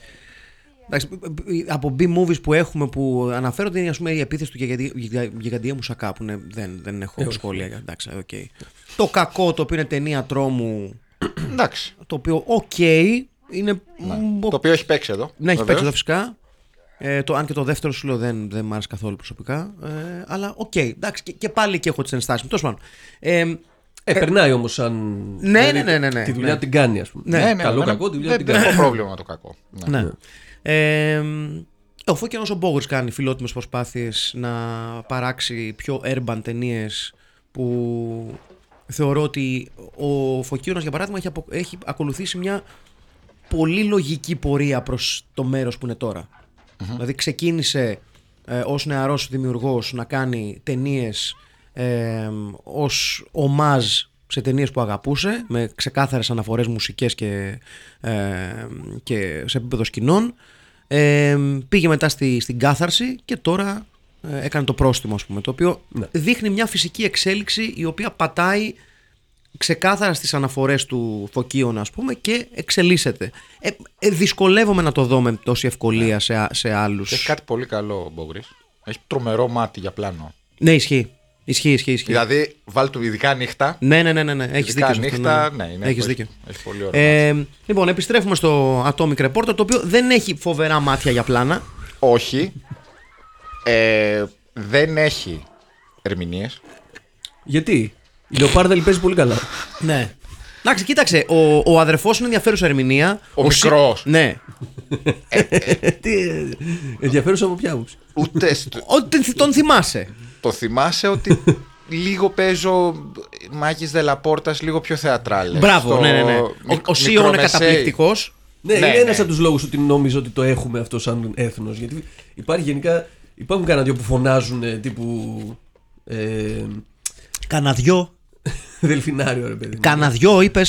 εντάξει, από B-movies που έχουμε που αναφέρονται είναι ας πούμε, η επίθεση του Γιγαντι- Γιγαντία Μουσακά που είναι- δεν, δεν έχω σχόλια. Εντάξει, οκ. Το κακό το οποίο είναι ταινία τρόμου Εντάξει. το οποίο οκ, είναι... μ, Ναι. Το οποίο έχει παίξει εδώ. Ναι, έχει βεβαίως. παίξει εδώ φυσικά. Ε, το, αν και το δεύτερο σου λέω δεν, δεν μ' άρεσε καθόλου προσωπικά. Ε, αλλά οκ, εντάξει, και, και πάλι και έχω τις ενστάσεις μου. Τέλος πάντων. Ε, Ε, περνάει όμως σαν. δηλαδή, ναι, ναι, ναι, Τη ναι. Ε, δουλειά την κάνει, ας πούμε. Ναι, ναι, Καλό, εμένα κακό, τη δουλειά Δεν την δεν κάνει. έχω πρόβλημα με το κακό. Ναι. ναι. Ε, ο Φώκενος ο Μπόγορης κάνει φιλότιμες προσπάθειες να παράξει πιο urban ταινίες που θεωρώ ότι ο Φωκίωνας για παράδειγμα έχει, απο- έχει ακολουθήσει μια πολύ λογική πορεία προς το μέρος που είναι τώρα. Δηλαδή ξεκίνησε ε, ως νεαρός δημιουργός να κάνει ταινίες ε, ως ομάζ σε ταινίες που αγαπούσε με ξεκάθαρες αναφορές μουσικές και, ε, και σε επίπεδο σκηνών. Ε, πήγε μετά στη, στην κάθαρση και τώρα ε, έκανε το πρόστιμο ας πούμε το οποίο δείχνει μια φυσική εξέλιξη η οποία πατάει ξεκάθαρα στις αναφορές του Φωκίωνα ας πούμε και εξελίσσεται. Ε, ε, δυσκολεύομαι να το δω με τόση Ναι. ευκολία σε, α- σε άλλους. Έχει κάτι πολύ καλό ο Μπόγκρις. Έχει τρομερό μάτι για πλάνο. Ναι, ισχύει. Ισχύει, ισχύει, ισχύει. Δηλαδή, βάλ του ειδικά νύχτα. Ναι, ναι, ναι, ναι, ναι. έχεις ειδικά δίκιο. σε αυτό, νύχτα, ναι, είναι. έχεις πολύ- δίκιο. Έχει πολύ ωραίο. Ε, λοιπόν, επιστρέφουμε στο Atomic Reporter, το οποίο δεν έχει φοβερά μάτια για πλάνα. Όχι. Ε, δεν έχει ερμηνείες. Γιατί η Λεοπάρδαλη παίζει πολύ καλά. Ναι. Εντάξει, κοίταξε, ο, ο αδερφός είναι ενδιαφέρουσα ερμηνεία. Ο συ- μικρός. Ναι. Τι, ε, ενδιαφέρουσα από ποια άποψη. Ούτε στο- Ότι τον θυμάσαι. το θυμάσαι ότι λίγο παίζω Μάκης Δελαπόρτας λίγο πιο θεατράλες. Μπράβο, Ε, Στο ναι, ναι, ναι. Ο, μικ- ο Σίων είναι μικρομεσαίοι. καταπληκτικός. Ναι, Ναι, είναι ένας ναι. από τους λόγους ότι νόμιζα ότι το έχουμε αυτό σαν έθνος. Γιατί υπάρχει γενικά. Υπάρχουν κανένα δυο που φωνάζουν ε, τύπου. Ε, Καναδιό. δελφινάριο, ρε παιδί. μου. Καναδιό, είπες.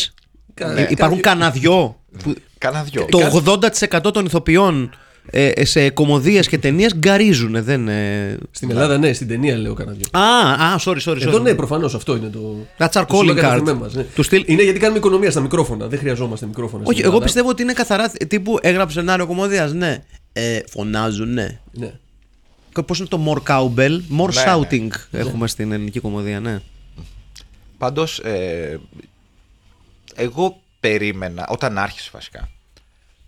Κα- ε, Υπάρχουν κάποιο- καναδιό. καναδιό. που Κάνα δυο. Το 80% των ηθοποιών ε, σε κομμωδίες και ταινίες γκαρίζουν. Δεν, ε, Στην Ελλάδα, ναι, στην ταινία λέω κανένα δυο. Α, α, sorry, sorry. sorry. Εδώ ναι, προφανώς αυτό είναι το. That's our το calling σύλλογο card. καταθεμέ μας, ναι. Του στυλ- Είναι γιατί κάνουμε οικονομία στα μικρόφωνα. Δεν χρειαζόμαστε μικρόφωνα. στην Όχι, εγώ Ελλάδα. πιστεύω ότι είναι καθαρά θ- τύπου έγραψε ένα κομμωδίας. Ναι. Ε, φωνάζουν, ναι. Ναι. Πώς είναι το more cowbell, more Ναι, shouting έχουμε στην ελληνική κομμωδία, ναι. Πάντως, ε, εγώ περίμενα, όταν άρχισε βασικά,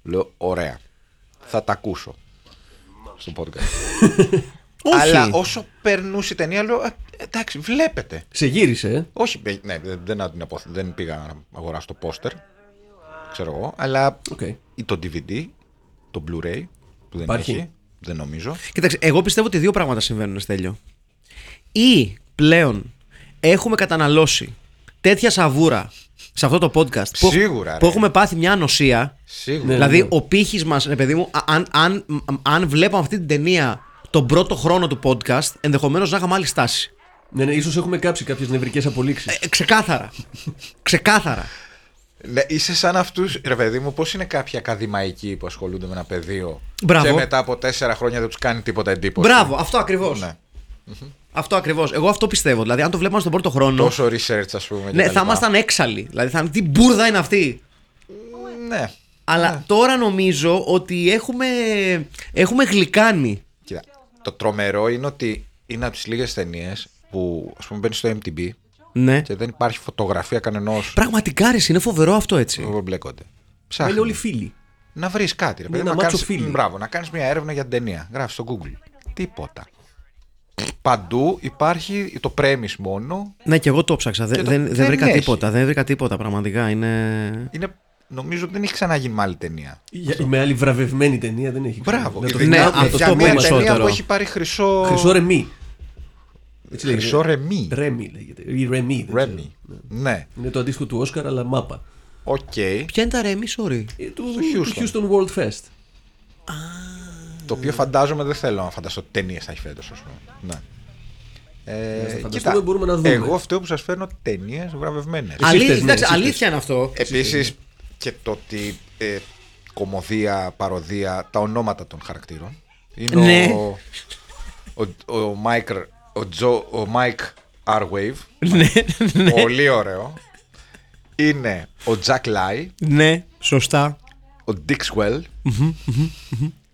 λέω: Ωραία, θα τα ακούσω στο podcast. Όχι. Αλλά όσο περνούσε η ταινία, λέω: «Ε, Εντάξει, βλέπετε. Σε γύρισε. ε. Όχι, ε, ναι, δεν, δεν, να την αποθ- δεν πήγα να αγοράσω το πόστερ, ξέρω εγώ, αλλά Οκ. ή το DVD, το Blu-ray, που δεν Υπάρχει. έχει, δεν νομίζω. Κοίταξε, εγώ πιστεύω ότι δύο πράγματα συμβαίνουν, Στέλιο. Ή πλέον έχουμε καταναλώσει τέτοια σαβούρα σε αυτό το podcast που, Σίγουρα, που ρε. έχουμε πάθει μια ανοσία. Σίγουρα. Ναι. δηλαδή, ο πύχης μας, ρε παιδί μου, α- αν, αν, αν βλέπαμε αυτή την ταινία τον πρώτο χρόνο του podcast, ενδεχομένως να είχαμε άλλη στάση. Ναι, ναι, ίσως έχουμε κάψει κάποιες νευρικές απολύξεις. Ε, ξεκάθαρα. ξεκάθαρα. Ναι, είσαι σαν αυτούς, ρε παιδί μου, πώς είναι κάποιοι ακαδημαϊκοί που ασχολούνται με ένα πεδίο Μπράβο. και μετά από τέσσερα χρόνια δεν τους κάνει τίποτα εντύπωση. Μπράβο, αυτό ακριβώς. Ναι. Αυτό ακριβώς. Εγώ αυτό πιστεύω. Δηλαδή, αν το βλέπαμε στον πρώτο χρόνο. Τόσο research, ας πούμε. και Ναι, τα θα λοιπά. ήμασταν έξαλλοι. Δηλαδή, θα τι μπουρδα είναι αυτή. Ναι. Αλλά τώρα νομίζω ότι έχουμε, έχουμε γλυκάνει. Κοίτα, το τρομερό είναι ότι είναι από τις λίγες ταινίες που ας πούμε μπαίνει στο MTB Ναι. και δεν υπάρχει φωτογραφία κανενός Πραγματικά ρε, είναι φοβερό αυτό έτσι. που μπλέκονται. Ε, Είναι Ψάχνει. όλοι φίλοι. Να βρεις κάτι. Ρε, παιδί, ένα να μάτσο κάνεις... φίλι. Μπράβο, να κάνεις μια έρευνα για την ταινία. Γράφεις στο Google. Τίποτα. Παντού υπάρχει το premise μόνο. Ναι, και εγώ το ψάξα. Δεν, το- δεν, δεν δεν βρήκα έχει. τίποτα. Δεν βρήκα τίποτα πραγματικά. Είναι. Είναι... Νομίζω ότι δεν έχει ξαναγίνει με άλλη ταινία. Για- Με άλλη βραβευμένη ταινία δεν έχει. Μπράβο. Να το ναι, ειδικά θυμάμαι, αυτό το για πω μια θυμάμαι. ταινία περισσότερο. που έχει πάρει χρυσό. Χρυσό ρεμί. Έτσι λέγεται. Χρυσό ρεμί. Ρέμι λέγεται. Ή ρεμί. δεν ξέρω. Ρέμι. Ναι. Είναι το αντίστοιχο του Όσκαρ, αλλά μάπα. Οκ. Ποια είναι τα ρέμι, sorry. Ε, Του Στο του Houston World Fest. Το οποίο φαντάζομαι δεν θέλω να φανταστώ τι ταινίες θα έχει φέτος, ας πούμε. Ναι. να Ε, φανταστούμε, κοίτα, μπορούμε να δούμε. εγώ αυτό που σας φέρνω ταινίες βραβευμένες. Α, Αλή... φταίς, ναι, εντάξει, εσύ φταίς. αλήθεια είναι αυτό. Επίσης και το ότι ε, κομμωδία, παροδία, τα ονόματα των χαρακτήρων. Είναι Ναι. ο, ο, ο, Μάικ, ο, Τζο, ο Μάικ Αρουέιβ. ναι, Πολύ ωραίο. Είναι ο Τζακ Λάι, ναι, σωστά. ο Ντίξουελ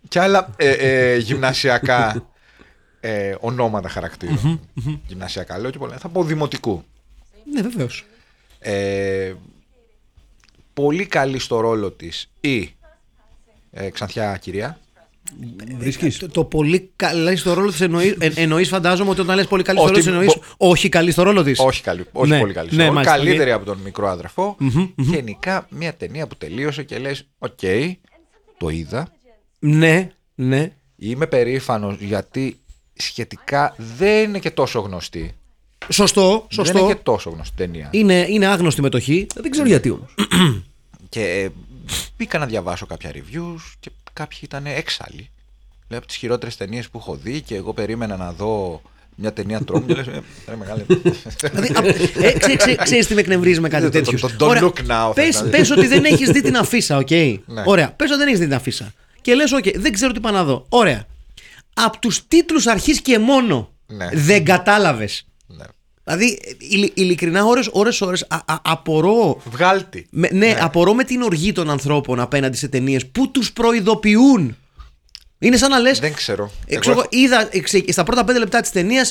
και άλλα ε, ε, γυμνασιακά ε, ονόματα χαρακτήρων. γυμνασιακά λέω και πολλά. Θα πω δημοτικού. Ναι, βεβαίως. Ε, πολύ καλή στο ρόλο της η ε, ξανθιά κυρία. Βρίσκεις. Ε, Το, το πολύ καλή στο ρόλο της εννοεί, εν, εννοείς, φαντάζομαι ότι όταν λες πολύ καλή στο Ότι ρόλο της εννοεί. Όχι καλή στο ρόλο της. Όχι, καλή, όχι Ναι, πολύ καλή. στο ναι, ρόλο. μάλιστα. Καλύτερη από τον μικρό αδερφό. Γενικά μια ταινία που τελείωσε και λες Οκ, το είδα. Ναι, ναι. Είμαι περήφανος γιατί σχετικά δεν είναι και τόσο γνωστή. Σωστό, σωστό. Δεν Είναι, είναι και τόσο γνωστή ταινία. είναι, άγνωστη μετοχή. Ε, Δεν ξέρω γιατί όμως. Και ε, μπήκα να διαβάσω κάποια reviews και κάποιοι ήταν έξαλλοι. Λέω από τις χειρότερες ταινίες που έχω δει και εγώ περίμενα να δω μια ταινία τρόμου. Και λες, «Ε, ρε μεγάλε. Δηλαδή, α, ε, ξέ- ξέ- ξέρεις τι με εκνευρίζει με κάτι Ναι, Το- το- τέτοιο. το- το look now θα πες, ήταν. πες ότι δεν έχεις δει την αφίσα, οκ. Ναι. Ωραία, πες ότι δεν έχεις δει την αφίσα. Και λες, οκ, δεν ξέρω τι πάω να δω. Ωραία. Από τους τίτλους αρχής και μόνο Ναι. δεν κατάλαβες. ναι. Δηλαδή, ε, ειλι- ειλικρινά, ώρες, ώρες, ώρες, α- α- απορώ... Βγάλτη. Με, ναι, απορώ με την οργή των ανθρώπων απέναντι σε ταινίες που τους προειδοποιούν. Είναι σαν να λες, Δεν ξέρω. ε, ξέρω εγώ, έχω- είδα ε, ξε- στα πρώτα πέντε λεπτά της ταινίας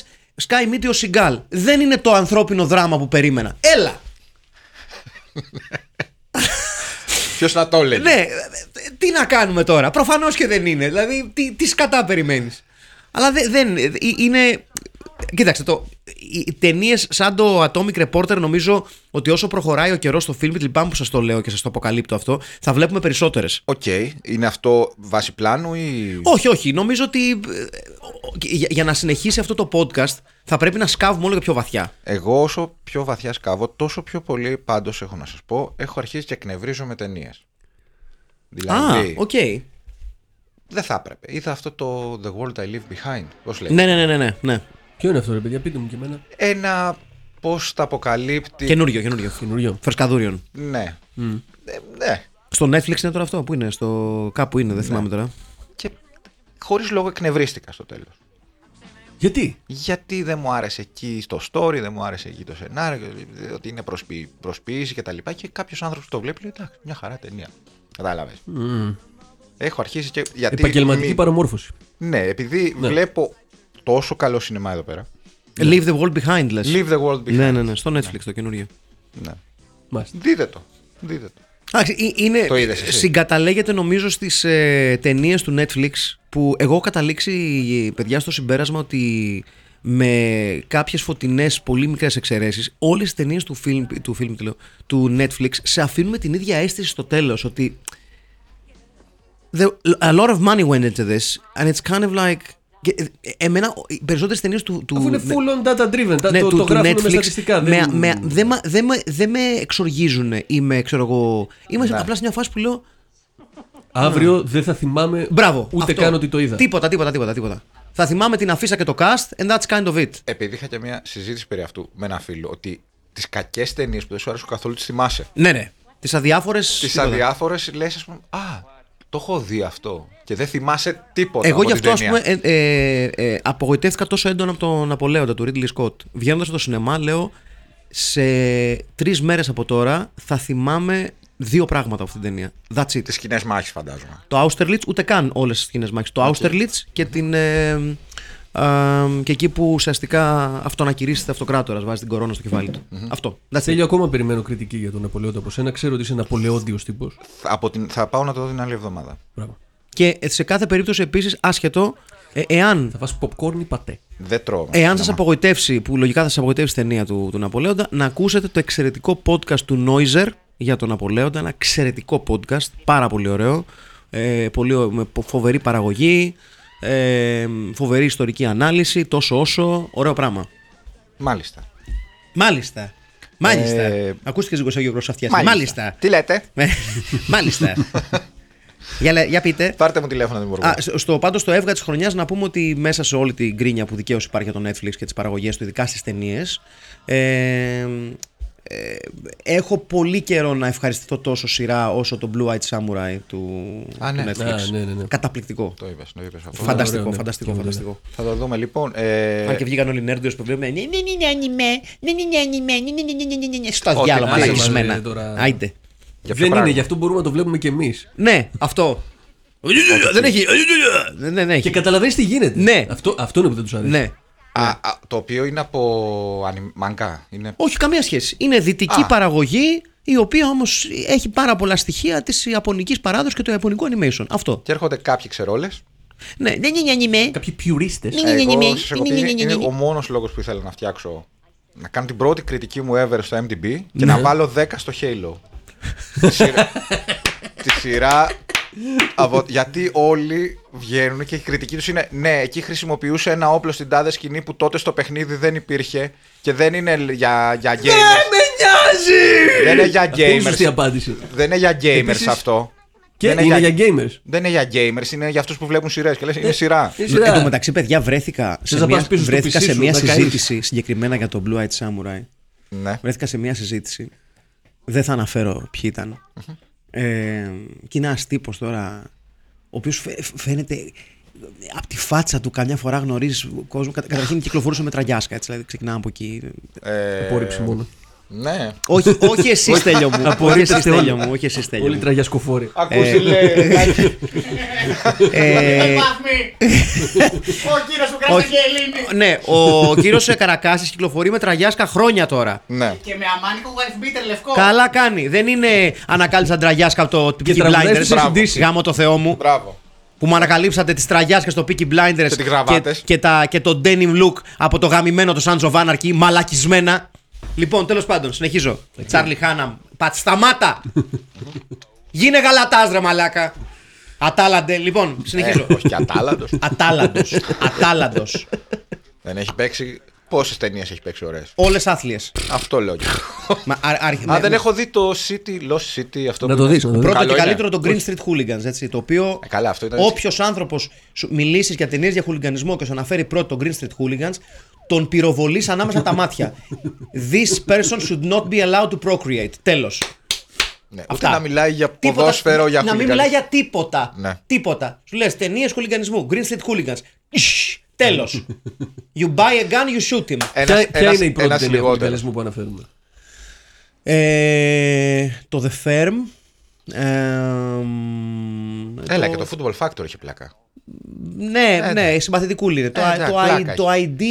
Sky Meet ο Σιγκάλ. Δεν είναι το ανθρώπινο δράμα που περίμενα. Έλα! Ποιος να το έλεγε. Ναι, ε, ε, τι να κάνουμε τώρα. Προφανώς και δεν είναι. Δηλαδή, τι, τι σκατά περιμένεις. Αλλά δε- δεν. ε, είναι. Κοίταξε το. Οι ταινίες σαν το Atomic Reporter νομίζω ότι όσο προχωράει ο καιρός στο film, λυπάμαι που σας το λέω και σας το αποκαλύπτω αυτό, θα βλέπουμε περισσότερες. Οκ, είναι αυτό βάση πλάνου ή. Όχι, όχι. Νομίζω ότι ε, ο- για, για να συνεχίσει αυτό το podcast θα πρέπει να σκάβουμε όλο και πιο βαθιά. Εγώ όσο πιο βαθιά σκάβω, τόσο πιο πολύ πάντως έχω να σας πω, έχω αρχίσει και εκνευρίζω με ταινίες. Δηλαδή, Α, οκ. δεν θα έπρεπε. Είδα αυτό το The World I Leave Behind. Πώς λέει. Ναι, ναι, ναι, ναι, ναι, ναι. Ποιο είναι αυτό, ρε παιδιά, πείτε μου και εμένα. Ένα πώ τα αποκαλύπτει. Καινούριο, καινούριο. Καινούριο. Φρεσκαδούριον. Ναι. Ε, ναι. Στο Netflix είναι τώρα αυτό. Πού είναι, στο... κάπου είναι, δεν θυμάμαι τώρα. Και χωρίς λόγο εκνευρίστηκα στο τέλος. Γιατί. Γιατί δεν μου άρεσε εκεί στο story, δεν μου άρεσε εκεί το σενάριο, ότι είναι προσποι- προσποίηση και τα λοιπά. Και κάποιος άνθρωπος το βλέπει, λέει εντάξει, μια χαρά ταινία. Κατάλαβες. Έχω αρχίσει και. Γιατί Επαγγελματική μη- παρομόρφωση. Ναι, επειδή βλέπω τόσο καλό σινεμά εδώ πέρα. Leave the world behind, λες. Ναι. Leave the world behind. Ναι, ναι, ναι, στο Netflix το καινούριο. Ναι. Μάλιστα. Δείτε το. Δείτε το. Εντάξει, ε, είναι, Το είδες εσύ. συγκαταλέγεται νομίζω στις ε, ταινίες του Netflix που εγώ έχω καταλήξει παιδιά στο συμπέρασμα ότι με κάποιες φωτεινές πολύ μικρές εξαιρέσεις όλες τις ταινίες του, film, του, film, τι λέω, του Netflix σε αφήνουν με την ίδια αίσθηση στο τέλος ότι the, a lot of money went into this and it's kind of like και, ε, ε, εμένα οι περισσότερες ταινίες του, του Αφού είναι Ne- full on data driven. τα- ναι, το, του, το του γράφουν με Netflix. στατιστικά. με, δεν- με, δεν μα- δεν με, δεν με εξοργίζουν ή με ξέρω εγώ. Είμαι απλά σε μια φάση που λέω Αύριο δεν θα θυμάμαι μπράβο. ούτε αυτό. καν ότι το είδα. Τίποτα, τίποτα, τίποτα. τίποτα. Θα θυμάμαι την αφίσα και το cast and that's kind of it. Επειδή είχα και μια συζήτηση περί αυτού με ένα φίλο, ότι τις κακές ταινίες που δεν σου άρεσαν καθόλου τις θυμάσαι. Ναι, ναι. Τις αδιάφορες. Τις αδιάφορες λες, ας πούμε, Α, το έχω δει αυτό. Και δεν θυμάσαι τίποτα. Εγώ από γι' την αυτό ας ταινία. πούμε ε, ε, ε, απογοητεύτηκα τόσο έντονα από τον Απολέοντα του Ridley Scott. Βγαίνοντας από το σινεμά, λέω σε τρεις μέρες από τώρα θα θυμάμαι δύο πράγματα από αυτήν την ταινία. That's it. Τις σκηνές μάχης, φαντάζομαι. Το Austerlitz ούτε καν όλες τις σκηνές μάχης. Το Austerlitz και την. ε, ε, και εκεί που ουσιαστικά αυτονακηρύσσεται αυτοκράτορας, βάζει την κορώνα στο κεφάλι του. Αυτό. That's it. Τέλειο, ακόμα περιμένω κριτική για τον Ναπολέοντα από σένα. Ξέρω ότι είσαι Ναπολεόντιο τύπος. Θα- Από την... Θα πάω να το δω την άλλη εβδομάδα. Μπράβο. Και ε, σε κάθε περίπτωση επίσης, άσχετο, ε, εάν, Θα φας popcorn ή πατέ. Δεν τρώω. εάν σας σινεμά. απογοητεύσει, που λογικά θα σας απογοητεύσει η ταινία του, του Ναπολέοντα, να ακούσετε το εξαιρετικό podcast του Noiser για τον Ναπολέοντα. Ένα εξαιρετικό podcast, πάρα πολύ ωραίο. Ε, πολύ, ω- με φοβερή παραγωγή, ε, φοβερή ιστορική ανάλυση, τόσο όσο. Ωραίο πράγμα. Μάλιστα. Μάλιστα. Μάλιστα. Ε, Ακούστηκες ζυγό Άγιο Γρόσο αυτιά. Μάλιστα. Τι λέτε, Ε, Μάλιστα. για, λέ- για πείτε. πάρτε μου τηλέφωνο δημιουργό. Ε, Α, σ- στο, πάντως στο έβγα της χρονιάς να πούμε ότι μέσα σε όλη την γκρίνια που δικαίως υπάρχει για το Netflix και τις παραγωγές του, ειδικά στις ταινίες. Ε, ε, έχω πολύ καιρό να ευχαριστηθώ τόσο σειρά όσο το Blue Eyed Samurai του, Α, ναι. του Netflix. Ναι, ναι, ναι, ναι. Καταπληκτικό. Το είπες, το είπες αυτό. Φανταστικό, Ωραίο, ναι. φανταστικό, Και αυτό, ναι. φανταστικό. Θα το δούμε λοιπόν. Ε, Αν και βγήκαν όλοι οι νέρντες που βλέπουμε. Ναι, ναι, ναι, ναι, ανιμέ. Ναι, ναι, ναι, ανιμέ. Ναι, ναι, ναι, ναι, ναι, ναι, ναι, ναι. Στα Όχι, διάλογα, άσε μας, μαλακισμένα. ρε, τώρα. Άιντε. δεν για ποιο πράγμα. είναι, γι' αυτό μπορούμε να το βλέπουμε κι εμείς. Ναι, αυτό. Δεν έχει. Δεν δεν Και έχει. καταλαβαίνεις τι γίνεται. Ναι. Αυτό, αυτό είναι που δεν τους αρέσει. Ναι. Α, α, το οποίο είναι από ανι... μαγκά. Είναι... Όχι, καμία σχέση. Είναι δυτική Α. παραγωγή η οποία όμως έχει πάρα πολλά στοιχεία της Ιαπωνικής παράδοσης και του Ιαπωνικού animation. Αυτό. Και έρχονται κάποιοι ξερόλες. Ναι, ναι, ναι, ναι, ναι. Κάποιοι πιουρίστες Ε, Ναι, ναι, ναι, Εγώ ναι, σε σοκοπή, ναι, ναι, ναι, είναι ναι. ο μόνος λόγος που ήθελα να φτιάξω να κάνω την πρώτη κριτική μου ever στο MDB και να Ναι. βάλω 10 στο Halo. τη σειρά, τη σειρά από- γιατί όλοι βγαίνουν και η κριτική τους είναι ναι, εκεί χρησιμοποιούσε ένα όπλο στην τάδε σκηνή που τότε στο παιχνίδι δεν υπήρχε και δεν είναι για, Ναι, για gamers. Δεν είναι για Αυτό είναι η σωστή gamers. απάντηση. Δεν είναι για gamers Επίσης- αυτό. Και δεν είναι για gamers. Δεν είναι για gamers, είναι για αυτούς που βλέπουν σειρές και λες Ναι. είναι σειρά. Είναι Εν τω σειρά. μεταξύ, παιδιά, βρέθηκα σε να μια, πας πίσω στο βρέθηκα PC σε σου, μια να καείς. συζήτηση συγκεκριμένα για τον Blue Eyed Samurai. Ναι. Βρέθηκα σε μια συζήτηση. Δεν θα αναφέρω ποιοι ήταν. Ε, και είναι ένας τύπος τώρα, ο οποίος φαίνεται από τη φάτσα του καμιά φορά γνωρίζεις κόσμο. Κατα- Καταρχήν κυκλοφορούσε με τραγιάσκα, έτσι, δηλαδή ξεκινάμε από εκεί. Ε, Απόρριψη μόνο. Ναι. όχι, όχι εσύ, Στέλιο μου. όχι εσύ, Απορρίπτεστε Στέλιο όλοι. μου. Όχι εσύ, Στέλιο Όλοι μου. τραγιασκοφόροι. Ακούσει, λέει. κάτι. Ε, Πάθμη! Ο κύριος που όχι. κράτησε και Ελλήνη! ναι, ο κύριος Καρακάσης κυκλοφορεί με τραγιάσκα χρόνια τώρα. Ναι. Και με αμάνικο wife beater λευκό. Καλά κάνει. Δεν είναι ανακάλυψαν τραγιάσκα από το Peaky τραγουδάει Blinders. στις συνεντήσεις. Γάμο το Θεό μου. Μπράβο. Που μου ανακαλύψατε τις τραγιάσκες στο Peaky Blinders. Και τις γραβάτες. και, τα, και το denim look από το γαμημένο του Sons of Anarchy. Μαλακισμένα. Λοιπόν, τέλος πάντων, συνεχίζω. Τσάρλι Χάναμ. Πατ, σταμάτα! Γίνε γαλατάς, ρε μαλάκα. Ατάλαντε, λοιπόν, συνεχίζω. Ε, όχι και ατάλλαντο. Ατάλαντος. Ατάλαντος. Δεν έχει παίξει. Πόσες ταινίες έχει παίξει ωραίες. Όλες άθλιες. Αυτό λέω και. Μα, α, άρχι- Αν δεν με- έχω δει το City, Lost City, αυτό Ναι, Να το που είναι. δεις, να το δεις. Πρώτο Καλό και είναι. καλύτερο το Green Street Hooligans, έτσι, το οποίο Ε, καλά, αυτό ήταν έτσι. όποιος άνθρωπος σου μιλήσεις για ταινίες για χουλιγανισμό και σου αναφέρει πρώτο το Green Street Hooligans, τον πυροβολείς ανάμεσα τα μάτια. This person should not be allowed to procreate. Τέλος. Ναι, ούτε Αυτά. να μιλάει για Τίποτα- ποδόσφαιρο, για Να μην μιλάει για τίποτα. Ναι. Τίποτα. Σου λες ταινίες χουλιγανισμού, Green Street Hooligans. Ίσσ, Τέλος. you buy a gun, you shoot him. Ποια, ποια είναι η πρώτη ταινία λιγότερο. χουλιγανισμού που αναφέρουμε. Ε, το The Firm. Ε, Έλα και το Football Factor έχει πλάκα. Ναι, ναι, συμπαθητικούλη είναι. Το, Ε, εντάξει, το, πλάκα I- έχει. το ID.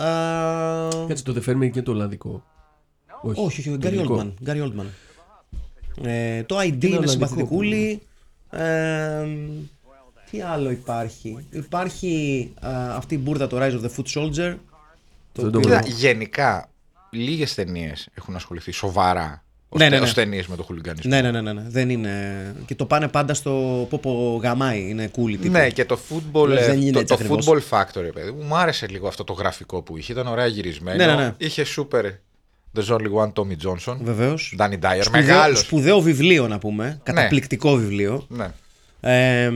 α, Κάτσε το The Fermi είναι και το Ολλανδικό. όχι, όχι, ο το Γκάρι ελληνικό. Oldman. Gary Oldman. Ε, το ID είναι ολλανδικό συμπαθητικούλη. Ε, τι άλλο υπάρχει. Υπάρχει α, αυτή η μπουρδα το Rise of the Foot Soldier. Δεν το οποίο- Κοίτα, βλέπω. γενικά, λίγες ταινίες έχουν ασχοληθεί σοβαρά ω Ναι, ναι, ναι. ταινίε με το χουλιγκανισμό. Ναι, ναι, ναι, ναι, ναι, δεν είναι. Και το πάνε πάντα στο πόπο γαμάει, είναι cool τύπου. Ναι, και το football, Δεν ε, είναι το, έτσι το ακριβώς. football factor, ρε παιδί μου, μου άρεσε λίγο αυτό το γραφικό που είχε. Ήταν ωραία γυρισμένο. Ναι, ναι, ναι. Είχε super There's only one Tommy Johnson. Βεβαίως. Danny Dyer. Σπουδαίο- Μεγάλος. Σπουδαίο βιβλίο να πούμε. Καταπληκτικό βιβλίο. Ναι. Ε,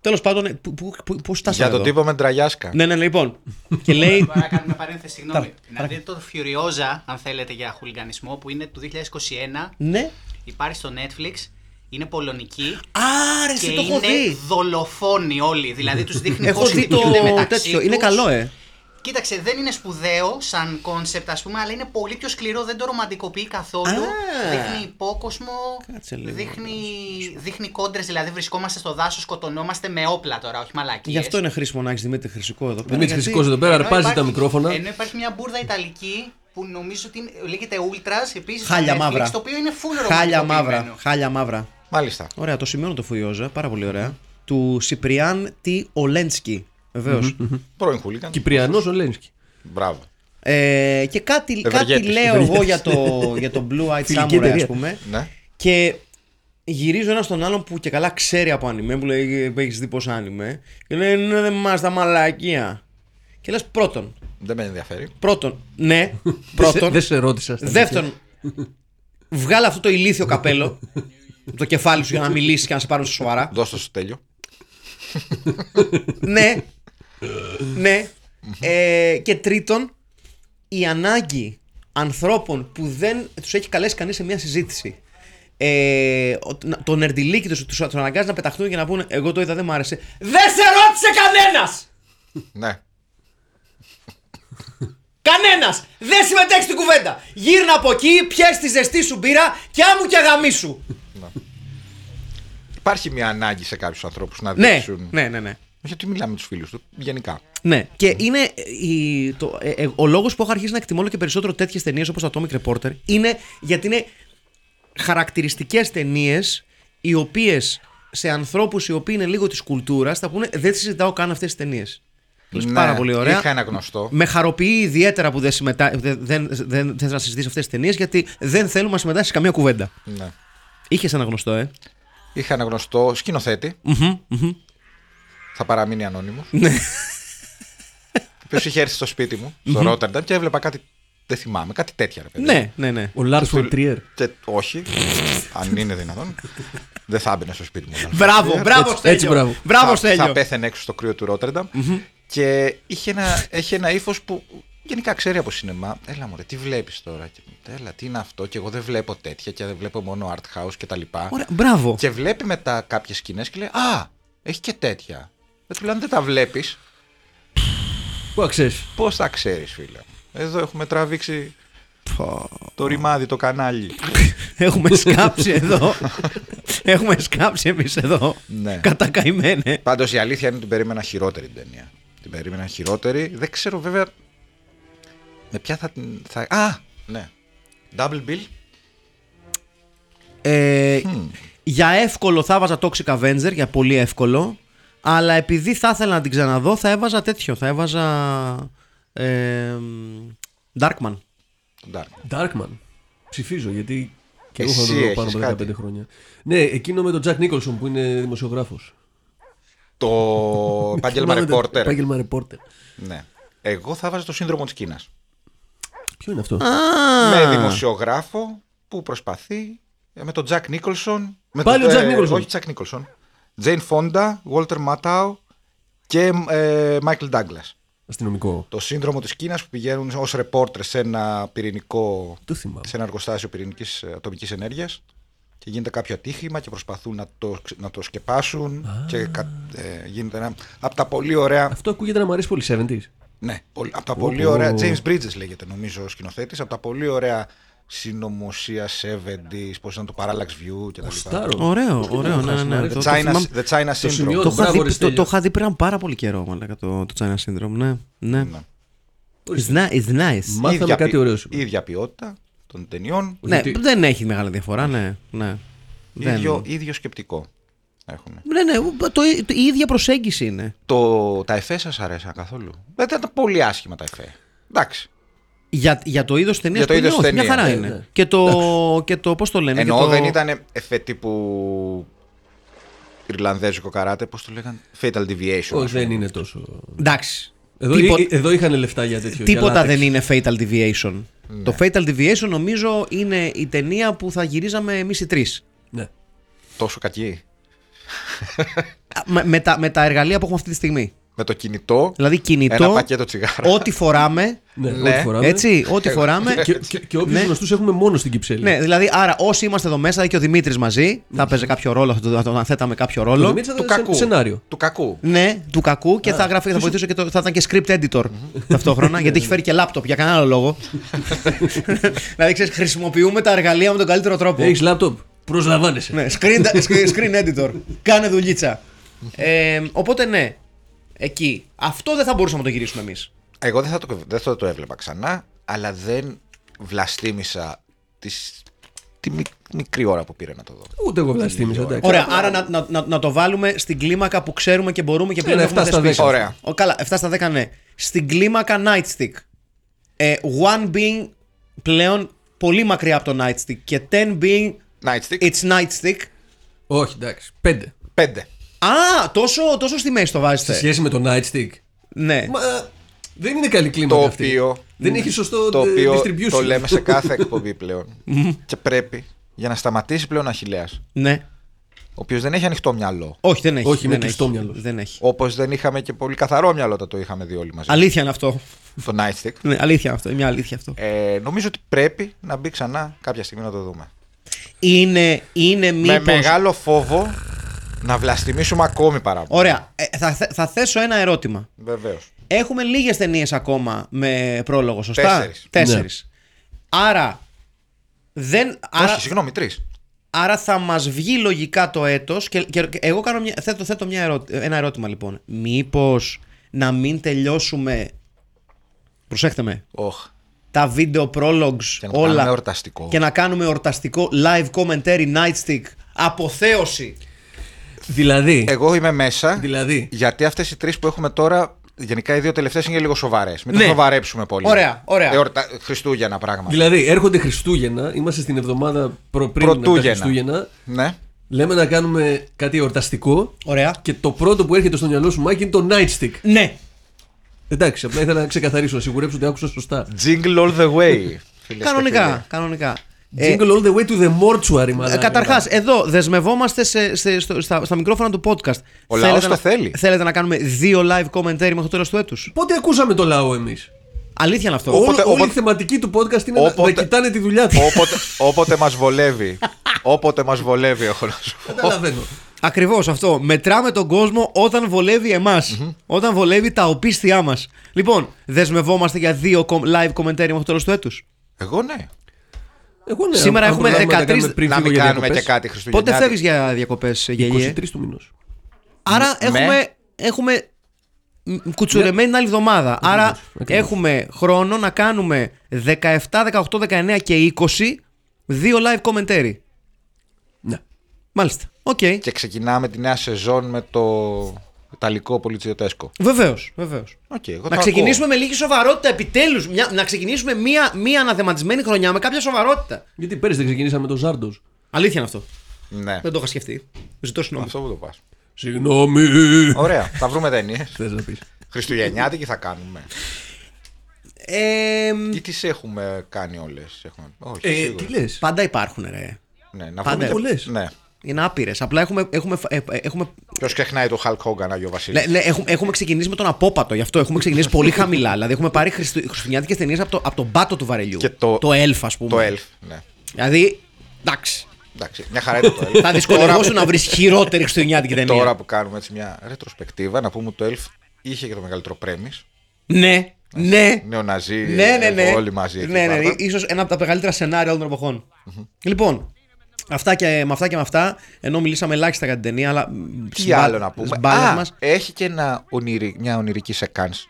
Τέλος πάντων, πώ Για φτάσαμε. τον εδώ? τύπο με ντραγιάσκα. Ναι, ναι, ναι, λοιπόν. και λέει. Μπορώ να κάνουμε παρένθεση, συγγνώμη. Παρακαλώ. Να δείτε το Furiosa, αν θέλετε, για χουλιγανισμό, που είναι του 2021. ναι. Υπάρχει στο Netflix. Είναι πολωνική. Άρε, Και εσύ το έχω είναι δει. δολοφόνοι όλοι. Δηλαδή τους δείχνει Έχω πώ δει το κοιμούνται μεταξύ τέτοιο. τους. Είναι καλό, ε. Κοίταξε, δεν είναι σπουδαίο σαν κόνσεπτ, ας πούμε, αλλά είναι πολύ πιο σκληρό, δεν το ρομαντικοποιεί καθόλου. Α. Δείχνει υπόκοσμο. Κάτσε λίγο, Δείχνει, δείχνει κόντρες, δηλαδή βρισκόμαστε στο δάσος, σκοτωνόμαστε με όπλα τώρα, όχι μαλακίες. Γι' αυτό είναι χρήσιμο να έχεις Δημήτρη Χρυσικό εδώ πέρα. Δημήτρη γιατί- Ε, Χρυσικός εδώ πέρα, Ενώ αρπάζει τα υπάρχει- μικρόφωνα. ναι. Ενώ υπάρχει μια μπουρδα ιταλική που νομίζω ότι είναι- λέγεται Ultras, επίσης. Χάλια μαύρα. Το οποίο είναι full Χάλια μαύρα. Χάλια μαύρα. Μάλιστα. Ωραία, το σημειώνω το Φουριόζα. Πάρα πολύ ωραία. Του Σιπριάν Τι Ολένσκι. Βεβαίως. Πρώην χούλιγκαν. Κυπριανός Ολένσκι. Μπράβο. Ε, και κάτι, κάτι Ευεργέτης. λέω εγώ για το, για το Blue Eyed Φιλική Samurai, εταιρεία. ας πούμε. Ναι. Και γυρίζω ένα στον άλλον που και καλά ξέρει από ανιμέ, που λέει έχεις δει πόσα ανιμέ. Και λέει ναι, δεν μας τα μαλακία. Και λες πρώτον, Δεν με ενδιαφέρει. πρώτον, ναι, Δεν σε- πρώτον. Δεν σε ρώτησα. στα δεύτερον, βγάλε αυτό το ηλίθιο καπέλο, το κεφάλι σου για να μιλήσεις και να σε πάρουν στα σοβαρά. Δώστε στο τέλειο. ναι. ναι. Ε, και τρίτον, η ανάγκη ανθρώπων που δεν τους έχει καλέσει κανείς σε μια συζήτηση. Ε, ο- να- το νερντιλίκι τους, τους, τους αναγκάζει να πεταχτούν και να πούνε Εγώ το είδα, δεν μου άρεσε. Δεν σε ρώτησε κανένας! Ναι. Κανένας! Δεν συμμετέχεις στην κουβέντα! Γύρνα από εκεί, πιες τη ζεστή σου μπύρα και άμου και αγαμίσου! Υπάρχει μια ανάγκη σε κάποιους ανθρώπους να ναι, δείξουν. ναι, ναι, ναι. Γιατί μιλάμε με τους φίλους του, γενικά. Ναι, και είναι η, το, ε, ε, ο λόγος που έχω αρχίσει να εκτιμώ όλο και περισσότερο τέτοιες ταινίες όπως το Atomic Reporter είναι γιατί είναι χαρακτηριστικές ταινίες οι οποίες σε ανθρώπους οι οποίοι είναι λίγο της κουλτούρας θα πούνε Δεν συζητάω καν αυτές τις ταινίες. Ναι, Πάρα πολύ ωραία. Είχα ένα γνωστό. Με χαροποιεί ιδιαίτερα που δεν, συμμετά... δεν, δεν, δεν θες να συζητήσει αυτές τις ταινίες γιατί δεν θέλουμε να συμμετάσχει σε καμία κουβέντα. Ναι. Είχες ένα γνωστό, ε. Είχα ένα γνωστό σκηνοθέτη. Θα παραμείνει ανώνυμος. Ναι. Ο οποίο είχε έρθει στο σπίτι μου, στο Ρότερνταμ, και έβλεπα κάτι. Δεν θυμάμαι, κάτι τέτοια ρε παιδί. ναι, ναι, ναι. Ο Λάρ Φον Τριέρ. Και, όχι, αν είναι δυνατόν. δεν θα έμπαινε στο σπίτι μου. ο Λάρς. Μπράβο, μπράβο, Έτσι, Στέλιο. έτσι, μπράβο. Μπράβο, θα, Στέλιο. θα πέθαινε έξω στο κρύο του ροττερνταμ Και είχε ένα, έχει ένα ύφος που γενικά ξέρει από σινεμά. Έλα μωρέ, τι βλέπεις τώρα. Και, Έλα, τι είναι αυτό. Και εγώ δεν βλέπω τέτοια και δεν βλέπω μόνο art house κτλ. Ωραία, μπράβο. Και βλέπει μετά κάποιες σκηνές και λέει Α, έχει και τέτοια. Δεν του λένε δεν τα βλέπεις. Πού αξίζει. Πώς τα ξέρεις, φίλε. μου? Εδώ έχουμε τραβήξει Το ρημάδι, το κανάλι. Έχουμε σκάψει εδώ. Έχουμε σκάψει εμείς εδώ. Ναι. Κατακαημένε. Πάντως η αλήθεια είναι ότι την περίμενα χειρότερη την ταινία. Την περίμενα χειρότερη. Δεν ξέρω βέβαια με ποια θα την. Θα... Α! Ναι. Double Bill. Ε, Hm. Για εύκολο θα έβαζα Toxic Avenger, για πολύ εύκολο. Αλλά επειδή θα ήθελα να την ξαναδώ, θα έβαζα τέτοιο. Θα έβαζα. Ε, Darkman. Τον Dark. Darkman. Ψηφίζω γιατί και εγώ έχω Εσύ να το δω έχεις πάνω από 15 κάτι. χρόνια. Ναι, εκείνο με τον Τζακ Νίκολσον που είναι δημοσιογράφος. Το επάγγελμα ρεπόρτερ. Επάγγελμα ρεπόρτερ. Ναι. Εγώ θα βάζω το σύνδρομο της Κίνας. Ποιο είναι αυτό. Με δημοσιογράφο που προσπαθεί ε, με τον Τζακ Νίκολσον. Με Πάλι τον- ο Jack ε, Nicholson. Όχι Τζακ Νίκολσον. Τζέιν Φόντα, Βόλτερ Ματάου και Μάικλ Ντάγκλας. Αστυνομικό. Το σύνδρομο της Κίνας που πηγαίνουν ως ρεπόρτερ σε ένα πυρηνικό Το θυμάμαι. σε ένα εργοστάσιο πυρηνικής ατομικής ενέργειας και γίνεται κάποιο ατύχημα και προσπαθούν να το, ξε- να το σκεπάσουν. Και κα- ε, γίνεται ένα. Από τα πολύ ωραία. Αυτό ακούγεται να μου αρέσει πολύ 70s. Ναι, από τα Ω, πολύ ω. ωραία. James Bridges λέγεται νομίζω ο σκηνοθέτης. Από τα πολύ ωραία συνωμοσία 70s, πώς ήταν το Parallax View κτλ. Κουστάρω. Ωραίο, Πώς το ωραίο, ναι, θυμάσαι, ναι. μ' Το, αρέσει. το The China, θυμάμαι- the China Το σημειώνω. Syndrome. το είχα Μπράβο, δει- ρε, το- Στέλιο. το είχα δει πριν πάρα πολύ καιρό, μαλάκα, το, το China Syndrome. Ναι, ναι. Ναι. It's, ni- it's nice. Μάθαμε Ίδια κάτι ποι- ωραίο σήμερα. ίδια ποιότητα των ταινιών. Ναι, Γιατί- δεν έχει μεγάλη διαφορά, ναι. ναι. Δεν- Ίδιο, ίδιο σκεπτικό έχουμε. Ναι, ναι, το, το- η ίδια προσέγγιση είναι. Το, τα εφέ σας αρέσαν καθόλου. Δεν ήταν πολύ άσχημα τα εφέ. Εντάξει. Για, για το είδος ταινίας Για το που είναι, είδος όχι, μια ταινίας. χαρά Ναι, είναι. ναι. Και το. και το πώς το λένε. Ενώ και το... δεν ήταν εφέ τύπου Ιρλανδέζικο καράτε, πώς το λέγανε. Fatal Deviation. Όχι, δεν είναι τόσο. Εντάξει. Εδώ, Τίπο- ε- εδώ είχαν λεφτά για τέτοιο. για Τίποτα λάτεξ. δεν είναι Fatal Deviation. Ναι. Το Fatal Deviation νομίζω είναι η ταινία που θα γυρίζαμε εμείς οι τρεις. Ναι. Τόσο κακή. Με, με τα, με τα εργαλεία που έχουμε αυτή τη στιγμή. Με το κινητό. Δηλαδή κινητό, Ένα πακέτο τσιγάρα. Ε, ό,τι φοράμε. Ναι, Ναι. ό,τι φοράμε. Έτσι, ό,τι φοράμε. Και, και, και όποιου γνωστούς έχουμε μόνο στην Κυψέλη. Ναι, δηλαδή, άρα όσοι είμαστε εδώ μέσα και ο Δημήτρης μαζί, θα παίζει κάποιο ρόλο, θα το- θα τον αθέταμε κάποιο Το ρόλο. Δημήτρης θα Του ήταν σε- κακού. Σενάριο. Του κακού. Ναι, του κακού και θα, γράφει, θα βοηθούσε και το, θα ήταν και script editor ταυτόχρονα, γιατί έχει φέρει και laptop για κανένα άλλο λόγο. δηλαδή, ξέρεις, χρησιμοποιούμε τα εργαλεία με τον καλύτερο τρόπο. Έχεις λάπτοπ. Προσλαμβάνεσαι. Ναι, screen, screen- screen editor. Κάνε δουλίτσα. Ε, οπότε ναι, εκεί. Αυτό δεν θα μπορούσαμε να το γυρίσουμε εμείς. Εγώ δεν θα, το, δεν θα το έβλεπα ξανά, αλλά δεν βλαστήμησα τις, τη μικ- μικρή ώρα που πήρε να το δω. Ούτε εγώ ναι, βλαστήμισα. εντάξει. Ωραία, άρα να, να, να, να το βάλουμε στην κλίμακα που ξέρουμε και μπορούμε και πλέον Ένα έχουμε 7 στα θεσπίσει. 10. Ωραία. Ο, καλά, 7 στα 10 ναι. Στην κλίμακα Nightstick. Ε, one being πλέον πολύ μακριά από το Nightstick και 10 being Nightstick. it's Nightstick. Όχι, εντάξει. Πέντε. Πέντε. Α, τόσο, τόσο στη μέση το Σε βάζετε. σχέση με το Nightstick. Ναι. Μα δεν είναι καλή κλίμακα Το αυτή. οποίο- δεν έχει σωστό το ε, οποίο distribution. το λέμε σε κάθε εκπομπή πλέον. και πρέπει για να σταματήσει πλέον ο Αχιλέας, ναι. ο οποίος δεν έχει ανοιχτό μυαλό. Όχι, δεν έχει. Όχι, είναι δεν κλειστό έχει. μυαλός. Δεν έχει. Όπως δεν είχαμε και πολύ καθαρό μυαλό όταν το είχαμε δει όλοι μαζί. Αλήθεια είναι αυτό. Το Nightstick. Ναι, αλήθεια είναι αυτό. Είναι μια αλήθεια αυτό. Ε, νομίζω ότι πρέπει να μπει ξανά κάποια στιγμή να το δούμε. Είναι, είναι μήπως... Με μεγάλο φόβο να βλαστημίσουμε ακόμη παραπάνω. Ωραία, ε, θα, θε- θα θέσω ένα ερώτημα. Βεβαίως. Έχουμε λίγες ταινίες ακόμα με πρόλογο, σωστά? Τέσσερις. Τέσσερις. Ναι. Άρα, δεν, άρα, Όχι, συγγνώμη, τρεις. άρα θα μας βγει λογικά το έτος και, και- και εγώ κάνω μια, θέτω, θέτω μια ερω- ένα ερώτημα λοιπόν. Μήπως να μην τελειώσουμε, προσέχτε με, Οχ. τα video prologues Και να το όλα κάνουμε εορταστικό. και να κάνουμε ορταστικό live commentary nightstick αποθέωση. Δηλαδή. Εγώ είμαι μέσα. δηλαδή. Γιατί αυτές οι τρεις που έχουμε τώρα, γενικά οι δύο τελευταίες είναι λίγο σοβαρές. Μην Ναι. το βαρέψουμε πολύ. Ωραία, ωραία. Εορτα... Χριστούγεννα πράγμα. Δηλαδή, έρχονται Χριστούγεννα, είμαστε στην εβδομάδα προ, πριν από τα Πρωτούγεννα. Χριστούγεννα. Ναι. Λέμε να κάνουμε κάτι εορταστικό. Ωραία. Και το πρώτο που έρχεται στο μυαλό σου, Μάκη, είναι το Nightstick. Ναι. Εντάξει, απλά ήθελα να ξεκαθαρίσω, να σιγουρέψω ότι άκουσα σωστά. Jingle all the way. φίλες και φίλοι. Κανονικά, κανονικά. Ε, Jingle all the way to the mortuary, μάλλον. Καταρχάς, εδώ δεσμευόμαστε σε, σε- στο- στα, στα μικρόφωνα του podcast. Ο λαός το να, θέλει. Θέλετε να κάνουμε δύο live commentary μέχρι το τέλος του έτους. Πότε ακούσαμε το λαό εμείς. Αλήθεια είναι αυτό. Οπότε- Όλη η οπότε- θεματική του podcast είναι να, Όποτε- να κοιτάνε τη δουλειά τους. Όποτε, όποτε μας βολεύει. όποτε μας βολεύει, έχω να σου πω. Καταλαβαίνω. Ακριβώς αυτό. Μετράμε τον κόσμο όταν βολεύει εμάς. Όταν βολεύει τα οπίστια μας. Λοιπόν, δεσμευόμαστε για δύο com- live commentary μέχρι το τέλος του έτους. Εγώ ναι. Εγώ ναι, Σήμερα αν έχουμε προλάβουμε να τα 13 κάνουμε πριν να φύγω μην για κάνουμε και διακοπές. κάτι Πότε Χριστουγεννιάτικο. φεύγεις για διακοπές, Γεγιέ. 23 του μηνό. Άρα Ναι. έχουμε, έχουμε μ, κουτσουρεμένη την άλλη εβδομάδα. Ναι, Άρα ακριβώς. έχουμε χρόνο να κάνουμε 17, 18, 19 και 20 δύο live commentary. Ναι. Μάλιστα. Οκ. Και ξεκινάμε τη νέα σεζόν με το Ιταλικό Πολιτσιοτέσκο. Βεβαίως, βεβαίως. Οκ, εγώ το Να ακούω. ξεκινήσουμε με λίγη σοβαρότητα επιτέλους. Να ξεκινήσουμε μία, μία αναθεματισμένη χρονιά με κάποια σοβαρότητα. Γιατί πέρυσι δεν ξεκινήσαμε με τον Ζάρντος. Αλήθεια είναι αυτό. Ναι, Δεν το είχα σκεφτεί. Ζητώ συγγνώμη. αυτό που το πας. Συγγνώμη. Ωραία, θα βρούμε ταινίε. Θες να πεις. Χριστουγεννιάτικη θα κάνουμε. Ε, μ, Ή τις έχουμε κάνει όλες. Έχουμε... Όχι, Ε, σίγουρα. τι λες. πάντα υπάρχουν, ρε. Ναι, να Πάντα βρούμε τε- πολλές. Ναι. Είναι άπειρες. Απλά έχουμε, έχουμε, ε, ε, έχουμε Ποιος ξεχνάει το Hulk Hogan, Άγιο Βασίλη. Λε- λε- έχουμε, έχουμε ξεκινήσει με τον απόπατο, γι' αυτό έχουμε ξεκινήσει πολύ χαμηλά. Δηλαδή, έχουμε πάρει χριστου, χριστουγεννιάτικες ταινίες από, το, από τον πάτο του βαρελιού. Και το- το Elf, ας πούμε. Το Elf. Ναι. Δηλαδή, εντάξει. Εντάξει, μια χαρά ήταν το Elf. Θα δυσκολευόσουν να βρεις χειρότερη χριστουγεννιάτικη ταινία. Τώρα που κάνουμε έτσι μια ρετροσπεκτίβα, να πούμε ότι το Elf είχε και το μεγαλύτερο πρέμις. Ναι, ναι. Νεοναζί, Ναι, ναι, ναι. όλοι μαζί. εκεί Ναι, ναι, πάντα. ίσως ένα από τα μεγαλύτερα σενάρια όλων των εποχών. Λοιπόν, αυτά και, με αυτά και με αυτά, ενώ μιλήσαμε ελάχιστα για την ταινία, αλλά. μ, Τι συμβα- άλλο να πούμε. μπάλες Α, μας. έχει και ένα ονειρι- μια ονειρική σεκάνς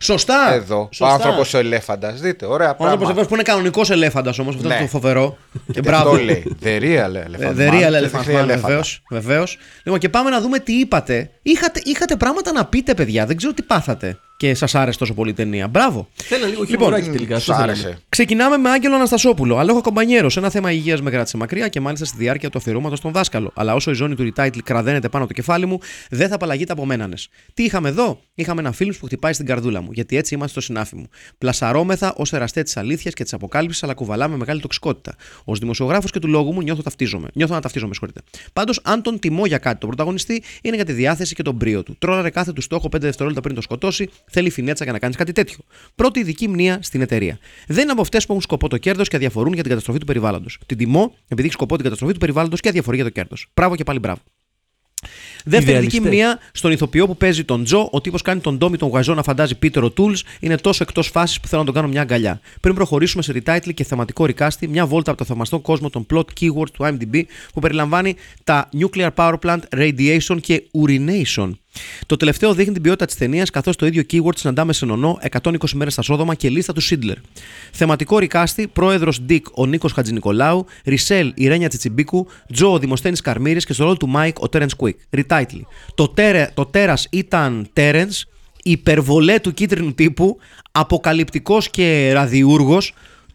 Σωστά! εδώ. σωστά. Ο άνθρωπος ο ελέφαντας. Δείτε, ωραία Ο άνθρωπος πράγματα. που είναι κανονικός ελέφαντας όμως, αυτό Ναι. είναι το φοβερό. Και Και Ε, μπράβο. αυτό λέει. The real elephant. Ε, The real man. elephant Δείχνει man, ελέφαντα. βεβαίως, βεβαίως. Λοιπόν, και πάμε να δούμε τι είπατε. Είχατε, είχατε πράγματα να πείτε, παιδιά. Δεν ξέρω τι πάθατε και σας άρεσε τόσο πολύ η ταινία. Μπράβο. Θέλανε λίγο Λοιπόν, χιουμοράκι τελικά. Σου Αυτό θέλανε. άρεσε. Ξεκινάμε με Άγγελο Αναστασόπουλο. Αλόγο κομπανιέρος. Ένα θέμα υγείας με κράτησε μακριά και μάλιστα στη διάρκεια του αφιερώματος στον δάσκαλο. Αλλά όσο η ζώνη του retitle κραδένεται πάνω από το κεφάλι μου, δεν θα απαλλαγείται από μένανε. Τι είχαμε εδώ, είχαμε ένα φίλμ που χτυπάει στην καρδούλα μου, γιατί έτσι είμαστε στο συνάφι μου. Πλασαρόμεθα ως εραστέ της αλήθειας και της αποκάλυψης, αλλά κουβαλάμε μεγάλη τοξικότητα. Ως δημοσιογράφος και του λόγου μου νιώθω, ταυτίζομαι. νιώθω να ταυτίζομαι, συγχωρείτε. Πάντως, αν τον τιμώ για κάτι, τον πρωταγωνιστή είναι για τη διάθεση και τον πρίο του. Τρώναρε κάθε του στόχο 5 δευτερόλεπτα πριν το σκοτώσει, θέλει φινέτσα για να κάνεις κάτι τέτοιο. Πρώτη ειδική μνήμα στην εταιρεία. Δεν είναι από αυτές που έχουν σκοπό το κέρδος και αδιαφορούν για την καταστροφή του περιβάλλοντος. Την τιμώ επειδή έχει σκοπό την καταστροφή του περιβάλλοντος και αδιαφορεί για το κέρδος. Μπράβο και πάλι μπράβο. Δεύτερη δική Ιδεαλιστές. μνήμα στον ηθοποιό που παίζει τον Τζο, ο τύπος κάνει τον Ντόμι τον Γουαζό να φαντάζει Πίτερ ο Τούλ, είναι τόσο εκτός φάσης που θέλω να τον κάνω μια αγκαλιά. Πριν προχωρήσουμε σε retitle και θεματικό ρικάστη, μια βόλτα από το θαυμαστό κόσμο των plot keywords του IMDb που περιλαμβάνει τα nuclear power plant, radiation και urination. Το τελευταίο δείχνει την ποιότητα της ταινίας, καθώς το ίδιο keyword συναντάμε σε νονό 120 μέρες στα Σόδομα και λίστα του Σίντλερ. Θεματικό ρικάστη, πρόεδρο Ντίκ ο Νίκος Χατζηνικολάου, Ρισελ η Ρένια Τσιτσιμπίκου, Τζο ο Δημοσθένης Καρμύρης και στο ρόλο του Μάικ ο Τέρεν Κουίκ. Retitle. Το, τέρε, το τέρας ήταν Τέρεν, υπερβολέ του κίτρινου τύπου, αποκαλυπτικός και ραδιούργος,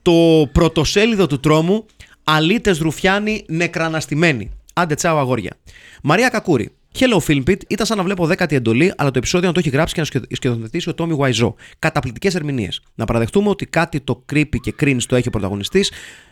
το πρωτοσέλιδο του τρόμου, αλήτες ρουφιάνοι νεκραναστημένοι. Άντε τσάω αγόρια. Μαρία Κακούρη. Hello Filmpit, ήταν σαν να βλέπω δέκατη εντολή, αλλά το επεισόδιο να το έχει γράψει και να σχεδο- σκηνοθετήσει ο Τόμι Γουαϊζό. Καταπληκτικές ερμηνείες. Να παραδεχτούμε ότι κάτι το creepy και cringe το έχει ο πρωταγωνιστής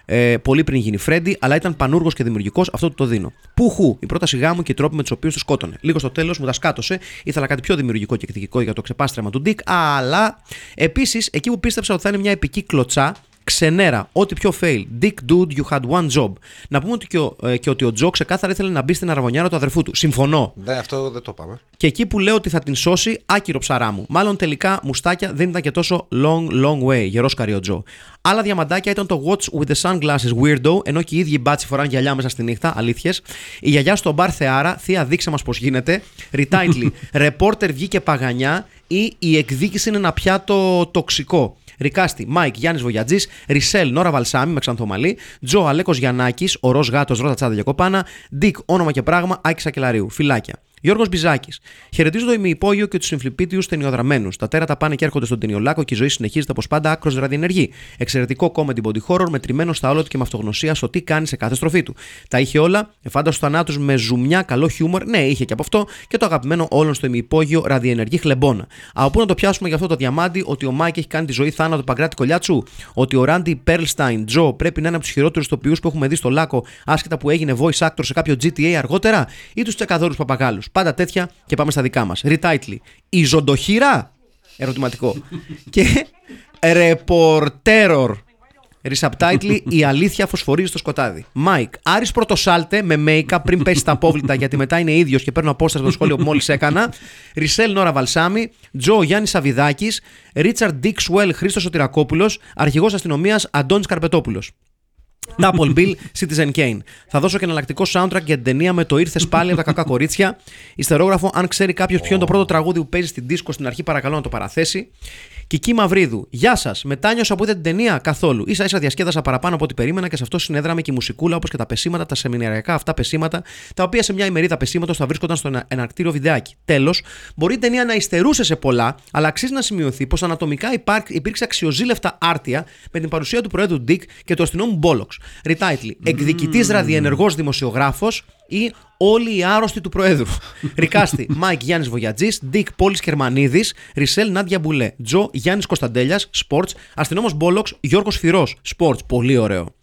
ε, πολύ πριν γίνει Φρέντι, αλλά ήταν πανούργος και δημιουργικός, αυτό του το δίνω. Πουχου, η πρόταση γάμου και οι τρόποι με τους οποίους τους σκότωνε. Λίγο στο τέλος μου τα σκάτωσε, ήθελα κάτι πιο δημιουργικό και εκδικικό για το ξεπάστρεμα του Ντίκ, αλλά επίσης εκεί που πίστεψα ότι θα είναι μια επική κλωτσά, Ξενέρα, ό,τι πιο fail. Dick dude, you had one job. Να πούμε ότι και ο, ε, και ότι ο Τζο ξεκάθαρα ήθελε να μπει στην αραβωνιάρα του αδερφού του. Συμφωνώ. Δεν, αυτό δεν το πάμε. Και εκεί που λέω ότι θα την σώσει, άκυρο ψαρά μου. Μάλλον τελικά μουστάκια δεν ήταν και τόσο long, long way. Γερός καριό Τζο. Άλλα διαμαντάκια ήταν το Watch with the sunglasses weirdo, ενώ και οι ίδιοι μπάτσι φοράνε γυαλιά μέσα στη νύχτα, αλήθειες. Η γιαγιά στο μπαρ Θεάρα, θεία δείξε μας πώς γίνεται. Retitle, ρεπόρτερ βγήκε παγανιά ή η εκδίκηση είναι ένα πιάτο τοξικό. Ρικάστη, Μάικ, Γιάννης Βογιατζής, Ρισελ, Νόρα Βαλσάμι με ξανθομαλή, Τζο Αλέκος Γιαννάκης, ο Ρο Γάτος, Ρότα Τσάντα Διακοπάνα, Ντίκ, όνομα και πράγμα, Άκη Σακελαρίου. Φυλάκια. Γιώργος Μπιζάκης. Χαιρετίζω το ημιυπόγειο και τους συμφλιπίτιου ταινιοδραμένους. Τα τέρατα πάνε και έρχονται στον ταινιολάκο και η ζωή συνεχίζεται όπως πάντα άκρος ραδιενεργή. Εξαιρετικό comedy body horror μετρημένο στα όλα του και με αυτογνωσία στο τι κάνει σε κάθε στροφή του. Τα είχε όλα, εφάνταστο θανάτους με ζουμιά, καλό χιούμορ, ναι, είχε και από αυτό και το αγαπημένο όλων στο ημιυπόγειο ραδιενεργή χλεμπόνα. Από πού να το πιάσουμε για αυτό το διαμάντι ότι ο Μάικ έχει κάνει τη ζωή θάνατο Παγκράτη Κολιάτσου, ότι ο Ράντι Πέρλσταϊν Τζο πρέπει να είναι από τους χειρότερους τοπιούς που έχουμε δει στο Λάκο, άσχετα που έγινε voice actor σε κάποιο GTA αργότερα, ή τους τσεκαδόρους παπαγάλους. Πάντα τέτοια και πάμε στα δικά μας. Retitle. Η ζωντοχύρα. Ερωτηματικό. και ρεπορτέρορ. Ρισαπτάιτλι Η αλήθεια φωσφορίζει στο σκοτάδι. Μάικ, Άρης πρωτοσάλτε με make-up πριν πέσει στα απόβλητα γιατί μετά είναι ίδιος και παίρνω απόσταση από το σχόλιο που μόλις έκανα. Ρισελ Νόρα Βαλσάμι, Τζο Γιάννη Αβιδάκη, Ρίτσαρντ Ντίξουελ Χρήστος Σωτηρακόπουλος, Αρχηγός Αστυνομίας Αντώνης Καρπετόπουλος. Double Bill, Citizen Kane. Θα δώσω και εναλλακτικό soundtrack για την ταινία με το ήρθες πάλι από τα κακά κορίτσια. Ιστερόγραφο, αν ξέρει κάποιος ποιο είναι το πρώτο τραγούδι που παίζει στην δίσκο στην αρχή, παρακαλώ να το παραθέσει. Κική Μαυρίδου, Γεια σας. Μετάνιωσα από ούτε την ταινία καθόλου. σα ίσα διασκέδασα παραπάνω από ό,τι περίμενα και σε αυτό συνέδραμε και η μουσικούλα όπως και τα πεσήματα, τα σεμιναριακά αυτά πεσήματα, τα οποία σε μια ημερίδα πεσήματος θα βρίσκονταν στο ενα- εναρκτήριο βιντεάκι. Τέλος, μπορεί η ταινία να υστερούσε σε πολλά, αλλά αξίζει να σημειωθεί πως ανατομικά υπάρ- υπήρξε αξιοζήλευτα άρτια με την παρουσία του Προέδρου Ντίκ και του αστυνόμου Μπόλοξ. Ριτάιτλι. Εκδικητή ραδιενεργός δημοσιογράφος ή όλοι οι άρρωστοι του Προέδρου. Ρικάστη. Μάικ Γιάννης Βογιατζής. Ντίκ Πόλης Κερμανίδης. Ρισελ Νάντια Μπουλέ. Τζο Γιάννης Κωνσταντέλιας. Σπορτ. Αστυνόμος Μπόλοξ. Γιώργος Φυρός. Σπορτ. Πολύ ωραίο.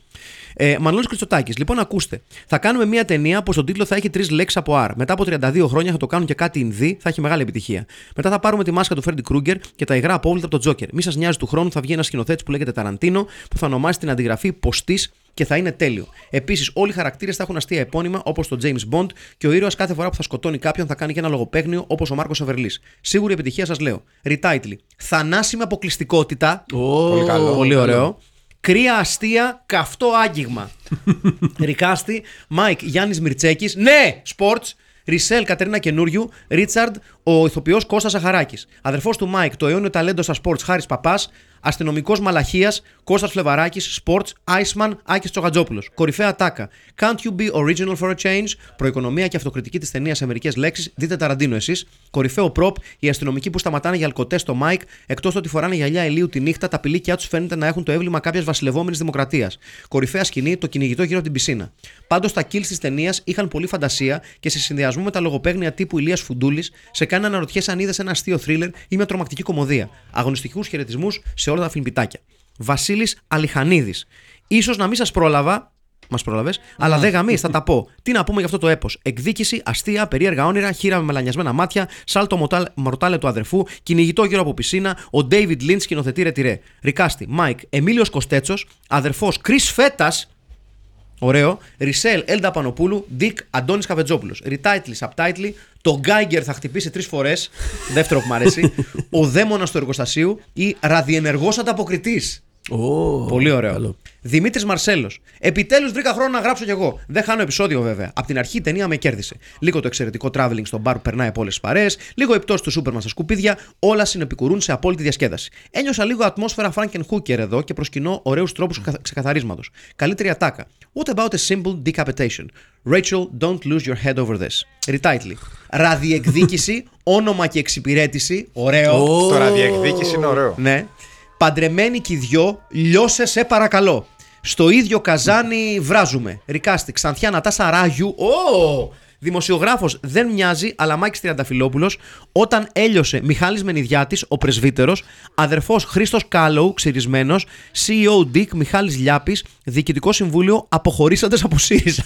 Ε, Μανώλης Κριστοτάκης. Λοιπόν, ακούστε. Θα κάνουμε μια ταινία που στον τίτλο θα έχει τρεις λέξεις από R. Μετά από 32 χρόνια θα το κάνουν και κάτι Ινδί, θα έχει μεγάλη επιτυχία. Μετά θα πάρουμε τη μάσκα του Φρέντι Κρούγκερ και τα υγρά απόβλητα από τον Τζόκερ. Μη σας νοιάζει του χρόνου, θα βγει ένας σκηνοθέτης που λέγεται Ταραντίνο, που θα ονομάσει την αντιγραφή Ποστής και θα είναι τέλειο. Επίσης, όλοι οι χαρακτήρες θα έχουν αστεία επώνυμα όπως το James Bond και ο ήρωας κάθε φορά που θα σκοτώνει κάποιον θα κάνει και ένα λογοπαίγνιο όπως ο Μάρκος Αβερλής. Σίγουρη επιτυχία σας λέω. Ριτάιτλι. Θανάσιμη αποκλειστικότητα. Πολύ καλό. Πολύ ωραίο. Κρύα αστεία, καυτό άγγιγμα. Ρικάστη, Μάικ Γιάννης Μυρτσέκης. Ναι, σπορτ. Ρισελ Κατερίνα Καινούριου, Ρίτσαρντ, ο ηθοποιός Κώστας Σαχαράκη. Αδερφός του Μάικ, το αιώνιο ταλέντο στα σπορτ Χάρης Παπάς. Αστυνομικός Μαλαχίας, Κώστας Φλεβαράκης, σπορτ Iceman, Άκης Τσογατζόπουλος. Κορυφαία τάκα. Can't you be original for a change? Προοικονομία και αυτοκριτική της ταινίας σε μερικές λέξεις. Δείτε ταραντίνο εσείς. Κορυφαίο προπ, οι αστυνομικοί που σταματάνε για αλκοτές στο Μάικ, εκτός ότι φοράνε γυαλιά ηλίου τη νύχτα, τα πηλίκια τους φαίνεται να έχουν το έβλημα κάποιας βασιλευόμενης δημοκρατίας. Κορυφαία σκηνή, το κυνηγητό γύρω από την πισίνα. Πάντως τα kills της ταινίας είχαν πολλή φαντασία και σε συνδυασμό με τα λογοπαίγνια τύπου Ηλίας Φουντούλης, σε κάνει να αναρωτιέσαι αν είδες ένα αστείο θρίλερ ή μια τρομακτική κομμωδία. Αγωνιστικούς χαιρετισμούς σε όλα τα φιλμπιτάκια. Βασίλης Αλιχανίδη. σω να μην σας πρόλαβα, Μας πρόλαβες. Αλλά δεν γαμί, θα τα πω. Τι να πούμε για αυτό το έπος. Εκδίκηση, αστεία, περίεργα όνειρα, χείρα με μελανιασμένα μάτια, σάλτο μοτάλ- μορτάλε του αδερφού, κυνηγητό γύρω από πισίνα, ο David Lynch σκηνοθετεί ρετυρέ. Ρικάστη, Μάικ, Εμίλιος Κοστέτσος, αδερφός Κρι Φέτας, Ωραίο. Ρισελ Έλντα Πανοπούλου, Ντίκ Αντώνης Καβετζόπουλος. Ριτάιτλι, subtitle. Το Γκάιγκερ θα χτυπήσει τρεις φορές. Δεύτερο που μ' αρέσει. ο δαίμονας του εργοστασίου ή ραδιενεργός ανταποκριτής. Ω, Πολύ ωραίο. καλό. Δημήτρης Μαρσέλος. Επιτέλους βρήκα χρόνο να γράψω κι εγώ. Δεν χάνω επεισόδιο βέβαια. Απ' την αρχή η ταινία με κέρδισε. Λίγο το εξαιρετικό traveling στο μπαρ που περνάει από όλες τις παρέες, λίγο η πτώση του Σούπερμαν στα σκουπίδια, όλα συνεπικουρούν σε απόλυτη διασκέδαση. Ένιωσα λίγο ατμόσφαιρα Franken Hooker εδώ και προσκυνώ ωραίους τρόπους ξεκαθαρίσματος. Καλύτερη ατάκα. What about a simple decapitation? Rachel, don't lose your head over this. Retitle. Ραδιεκδίκηση, όνομα και εξυπηρέτηση. Ωραίο. Το ραδιεκδίκηση είναι ωραίο. Ναι. Παντρεμένοι και οι δυο, λιώσε σε παρακαλώ. Στο ίδιο καζάνι βράζουμε. Ρικάστη, Ξανθιά Νατάσα Ράγιου. Ω! Δημοσιογράφος δεν μοιάζει, αλλά Μάκης Τριανταφυλόπουλος. Όταν έλειωσε Μιχάλης Μενιδιάτης, ο πρεσβύτερος, αδερφός Χρήστος Κάλοου, ξυρισμένος, CEO E Dick Μιχάλης Λιάπης, διοικητικό συμβούλιο, αποχωρήσαντες από ΣΥΡΙΖΑ.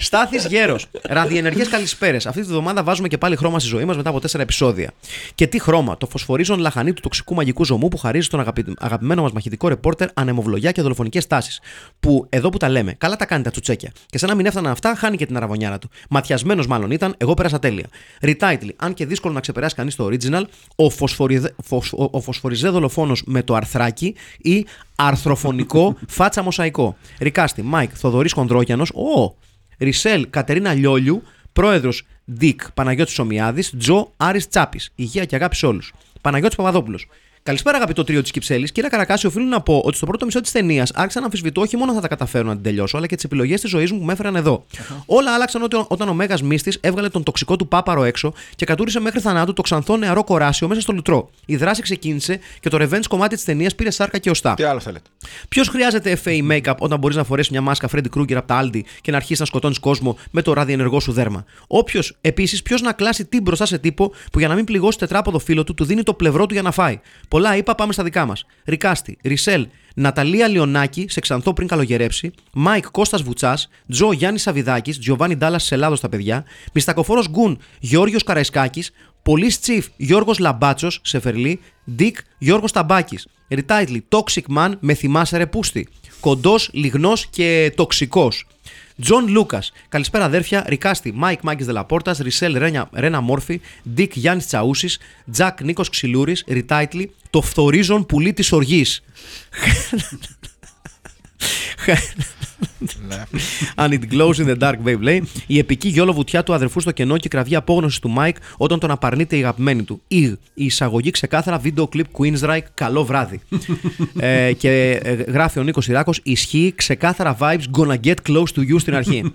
Στάθης Γέρος. Ραδιενεργές καλησπέρες. Αυτή τη βδομάδα βάζουμε και πάλι χρώμα στη ζωή μας μετά από τέσσερα επεισόδια. Και τι χρώμα, το φωσφορίζον λαχανί του τοξικού μαγικού ζωμού που χαρίζει στον αγαπη- αγαπημένο μας μαχητικό ρεπόρτερ ανεμοβλογιά και δολοφονικές τάσεις. Που εδώ που τα λέμε, καλά τα κάνει τα τσουτσέκια. Και σαν να μην έφταναν αυτά, χάνει και την αραβωνιάρα του. Ματιασμένος μάλλον ήταν, εγώ πέρασα τέλεια. Retitle, αν και δύσκολο να ξεπεράσει κανείς το original, ο, φωσφοριδε... φωσ- ο- ο φωσφοριζέ δολοφόνος με το αρθράκι ή αρθροφωνικό φάτσα μοσαϊκό. Ρικάστη, Μάικ, Θοδωρή Κονδρόγιανο, ο, Ρισελ Κατερίνα Λιόλιου, πρόεδρος Ντίκ Παναγιώτη Σομιάδη, Τζο Άρης Τσάπης. Υγεία και αγάπη σε όλους. Παναγιώτης Παπαδόπουλος. Καλησπέρα, αγαπητό τρίο της Κυψέλης. Κύριε Καρακάση, οφείλω να πω ότι στο πρώτο μισό της ταινίας άρχισα να αμφισβητώ όχι μόνο αν θα τα καταφέρω να την τελειώσω, αλλά και τις επιλογές της ζωής μου που με έφεραν εδώ. Όλα άλλαξαν ότι όταν ο Μέγας Μίστη έβγαλε τον τοξικό του πάπαρο έξω και κατούρισε μέχρι θανάτου το ξανθό νεαρό κοράσιο μέσα στο λουτρό. Η δράση ξεκίνησε και το revenge κομμάτι της ταινίας πήρε σάρκα και οστά. Τι άλλο θέλετε. Ποιος χρειάζεται FA make-up όταν μπορείς να φορέσεις μια μάσκα Freddy Krueger από τα Aldi και να αρχίσεις να σκοτώνεις κόσμο με το ραδιενεργό σου δέρμα. Όποιος, επίσης, ποιος να κλάσει τι μπροστά σε τύπο που για να μην πληγώσει τετράποδο φίλο του, του δίνει το πλευρό του για να φάει. Πολλά είπα, πάμε στα δικά μας. Ρικάστη, Ρισελ, Ναταλία Λιονάκη, σε ξανθό πριν καλογερέψει, Μάικ Κώστας Βουτσάς, Τζο Γιάννης Σαβιδάκη, Τζιοβάνι Ντάλλας σε Ελλάδος στα παιδιά, Μιστακοφόρο Γκουν, Γεώργιο Καραϊσκάκη, Πολύ Τσίφ Γιώργος Λαμπάτσος, Σεφερλί, Dick Γιώργος Ταμπάκης. Ριτάιτλι Toxic Man με θυμάσαι ρε πούστη. Κοντός, λιγνός και τοξικός. Τζον Λούκας. Καλησπέρα, αδέρφια. Ρικάστη Μάικ Μάγκη Δελαπόρτας. Ρισελ Ρένια- Ρένα Μόρφη. Ντίκ Γιάννης Τσαούσης. Τζακ Νίκος Ξυλούρης. Ριτάιτλι. Το φθορίζον πουλί της οργής. Ναι. And it glows in the dark, babe, λέει. Η επική γιόλο βουτιά του αδερφού στο κενό και κραυγή απόγνωσης του Μάικ όταν τον απαρνείται η αγαπημένη του. Ιγ. Η εισαγωγή ξεκάθαρα βίντεο κλειπ Queensryche. Καλό βράδυ. ε, και ε, γράφει ο Νίκος Ιράκος. Ισχύει ξεκάθαρα vibes. Gonna get close to you στην αρχή.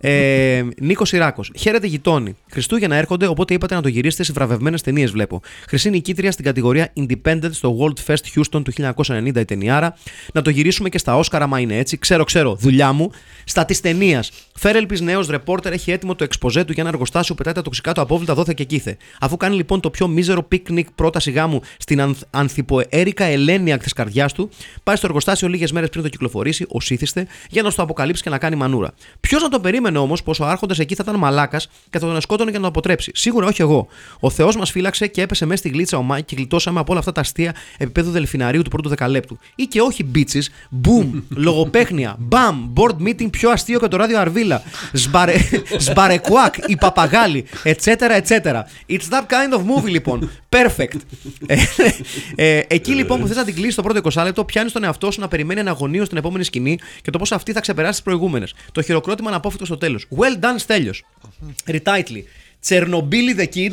ε, Νίκος Ιράκος. Χαίρετε γειτόνι. Χριστούγεννα έρχονται, οπότε είπατε να το γυρίσετε σε βραβευμένες ταινίες, βλέπω. Χρυσή νικήτρια στην κατηγορία Independent στο World Fest Houston του 1990 η ταινιάρα. Να το γυρίσουμε και στα Όσκαρα, μα είναι έτσι. Ξέρω, ξέρω, δουλειά μου. Στα της ταινίας. Φέρελπης νέος ρεπόρτερ έχει έτοιμο το εξποζέ του για ένα εργοστάσιο που πετάει τα τοξικά του απόβλητα δόθε και κήθε. Αφού κάνει λοιπόν το πιο μίζερο πίκνικ πρόταση γάμου στην ανθ, ανθυποέρικα Ελένιακ της καρδιάς του, πάει στο εργοστάσιο λίγες μέρες πριν το κυκλοφορήσει, ως ήθιστε, για να στο αποκαλύψει και να κάνει μανούρα. Ποιος να τον περίμενε όμως πως ο Άρχοντας εκεί θα ήταν μαλάκας και θα τον σκότωνε για να τον αποτρέψει. Σίγουρα όχι εγώ. Ο Θεός μας φύλαξε και έπεσε μέσα στη γλίτσα ο Μάικ και γλιτώσαμε από όλα αυτά τα αστεία επίπεδου δελφιναρίου του πρώτου δεκαλέπτου. Ή και όχι bitches, boom, λογοπαίχνια, μπαμ, board meeting πιο αστείο και το ράδιο Αρβίλα, σμπαρε, σμπαρεκουάκ, οι παπαγάλοι, etc. etc. It's that kind of movie λοιπόν. Perfect. Ε, ε, εκεί λοιπόν που θες να την κλείσεις το πρώτο 20 λεπτό, πιάνεις τον εαυτό σου να περιμένει αναγωνίω την επόμενη σκηνή και το πώς αυτή θα ξεπεράσει τις προηγούμενες. Το χειροκρότημα αναπόφευκτο στο τέλος. Well done, Στέλιος. Ριτάιτλι. Τσερνομπίλι the Kid.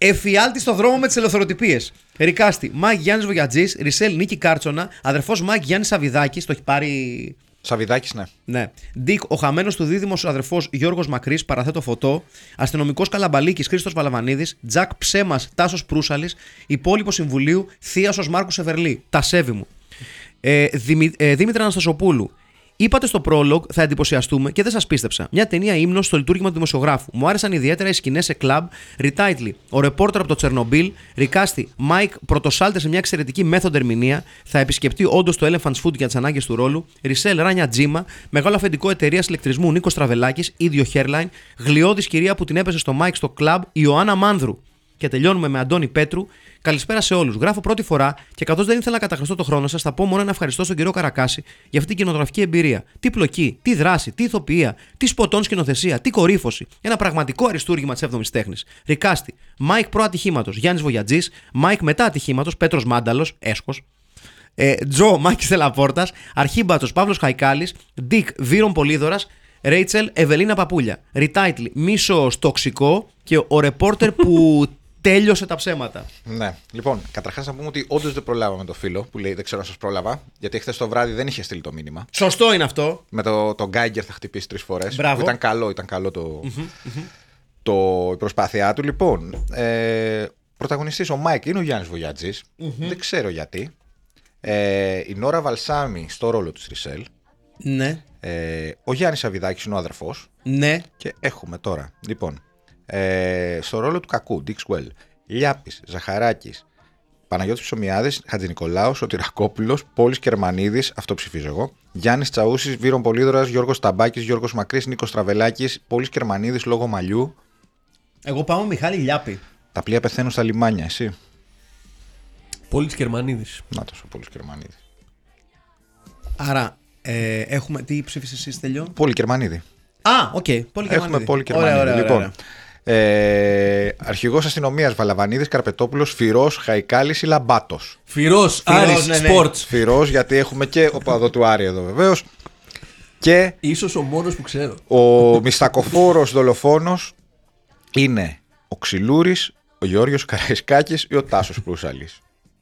Εφιάλτη στο δρόμο με τις ελευθεροτυπίες. Ρικάστη, Μάικ Γιάννης Βογιατζή, Ρισελ Νίκη Κάρτσονα, αδερφός Μάικ Γιάννης Σαβιδάκης, το έχει πάρει. Σαβιδάκης, ναι. Ναι. Ντίκ, ο χαμένος του δίδυμος αδερφός Γιώργος Μακρύς, παραθέτω φωτό. Αστυνομικός Καλαμπαλίκης Χρήστος Παλαβανίδη. Τζακ Ψέμας Τάσος Προύσαλης. Υπόλοιπο Συμβουλίου Θίασο Μάρκο Σεβερλή. Τα σέβη μου. Ε, Δημη, ε, Δήμητρα Αναστασοπούλου. Είπατε στο πρόλογ, θα εντυπωσιαστούμε και δεν σας πίστεψα. Μια ταινία ύμνος στο λειτουργήμα του δημοσιογράφου. Μου άρεσαν ιδιαίτερα οι σκηνές σε κλαμπ. Ριτάιτλι, ο ρεπόρτερ από το Τσερνομπίλ. Ρικάστη, Μάικ πρωτοσάλτε σε μια εξαιρετική μέθοδο ερμηνεία. Θα επισκεφτεί όντως το Elephant's Food για τις ανάγκες του ρόλου. Ρισελ Ράνια Τζίμα, μεγάλο αφεντικό εταιρείας ηλεκτρισμού Νίκος Τραβελάκης, ίδιο hairline. Γλιώδης κυρία που την έπεσε στο Μάικ στο κλαμπ, Ιωάννα Μάνδρου. Και τελειώνουμε με Αντώνη Πέτρου. Καλησπέρα σε όλους. Γράφω πρώτη φορά και καθώς δεν ήθελα να καταχρηστώ το χρόνο σας, θα πω μόνο ένα ευχαριστώ στον κύριο Καρακάση για αυτή την κινηματογραφική εμπειρία. Τι πλοκή, τι δράση, τι ηθοποιία, τι σποτών σκηνοθεσία, τι κορύφωση. Ένα πραγματικό αριστούργημα της 7η τέχνης. Ρικάστη. Μάικ προ ατυχήματος. Γιάννης Βογιατζή. Μάικ μετά ατυχήματος. Πέτρος Μάνταλος. Έσχος. Ε, Τζο Μάκης Τελαπόρτας, Αρχίμπατος Παύλος Χαϊκάλης, Ντίκ Βύρον Πολίδωρα, Ρέιτσελ Ευελίνα Παπούλια. Ριτάιτλι Μίσος Τοξικό και ο ρεπόρτερ που τέλειωσε τα ψέματα. Ναι. Λοιπόν, καταρχάς να πούμε ότι όντως δεν προλάβαμε το φίλο που λέει Δεν ξέρω αν σας πρόλαβα. Γιατί χθες το βράδυ δεν είχε στείλει το μήνυμα. Σωστό είναι αυτό. Με το, το Geiger θα χτυπήσει τρεις φορές. Μπράβο. Ήταν καλό, ήταν καλό το, το, η προσπάθειά του. Λοιπόν, ε, πρωταγωνιστής ο Μάικ είναι ο Γιάννης Δεν ξέρω γιατί. Ε, η Νόρα Βαλσάμι στο ρόλο της Ρισελ. Ναι, Ε, ο Γιάννης Σαββιδάκη είναι ο αδερφός. ναι. Και έχουμε τώρα, λοιπόν, ε, στο ρόλο του κακού, Dick Swell, Λιάπης, Ζαχαράκης, Παναγιώτης Ψωμιάδης, Χατζη Νικολάους, Σωτηρακόπουλο, Πόλης Κερμανίδης, αυτό ψηφίζω εγώ, Γιάννης Τσαούσης, Βύρον Πολίδωρα, Γιώργος Ταμπάκης, Γιώργος Μακρύς, Νίκος Τραβελάκης, Πόλης Κερμανίδης, Λόγο Μαλιού. Εγώ πάω με Μιχάλη Λιάπη. Τα πλοία πεθαίνουν στα λιμάνια, εσύ. Πόλης Κερμανίδης. Να το σου, Πόλης Κερμανίδης. Άρα, ε, έχουμε. Τι ψήφισες εσύ, τελειώ. Πόλη Κερμανίδη. Α, οκ. Okay. Πολύ Έχουμε Πόλη Κερμανίδη. Ωραία, ωραία, λοιπόν, ωραία. Ε, Αρχηγός αστυνομίας Βαλαβανίδης, Καρπετόπουλος, Φυρός, Χαϊκάλης ή Λαμπάτος. Φυρός Άρης ναι, ναι. Σπορτ. Φυρός, γιατί έχουμε και ο παδό του Άρη εδώ βεβαίως. Και σω ο μόνος που ξέρω. ο μυστακοφόρος δολοφόνος είναι ο Ξυλούρης, ο Γιώργο Καραϊσκάκης ή ο Τάσος Προύσαλη.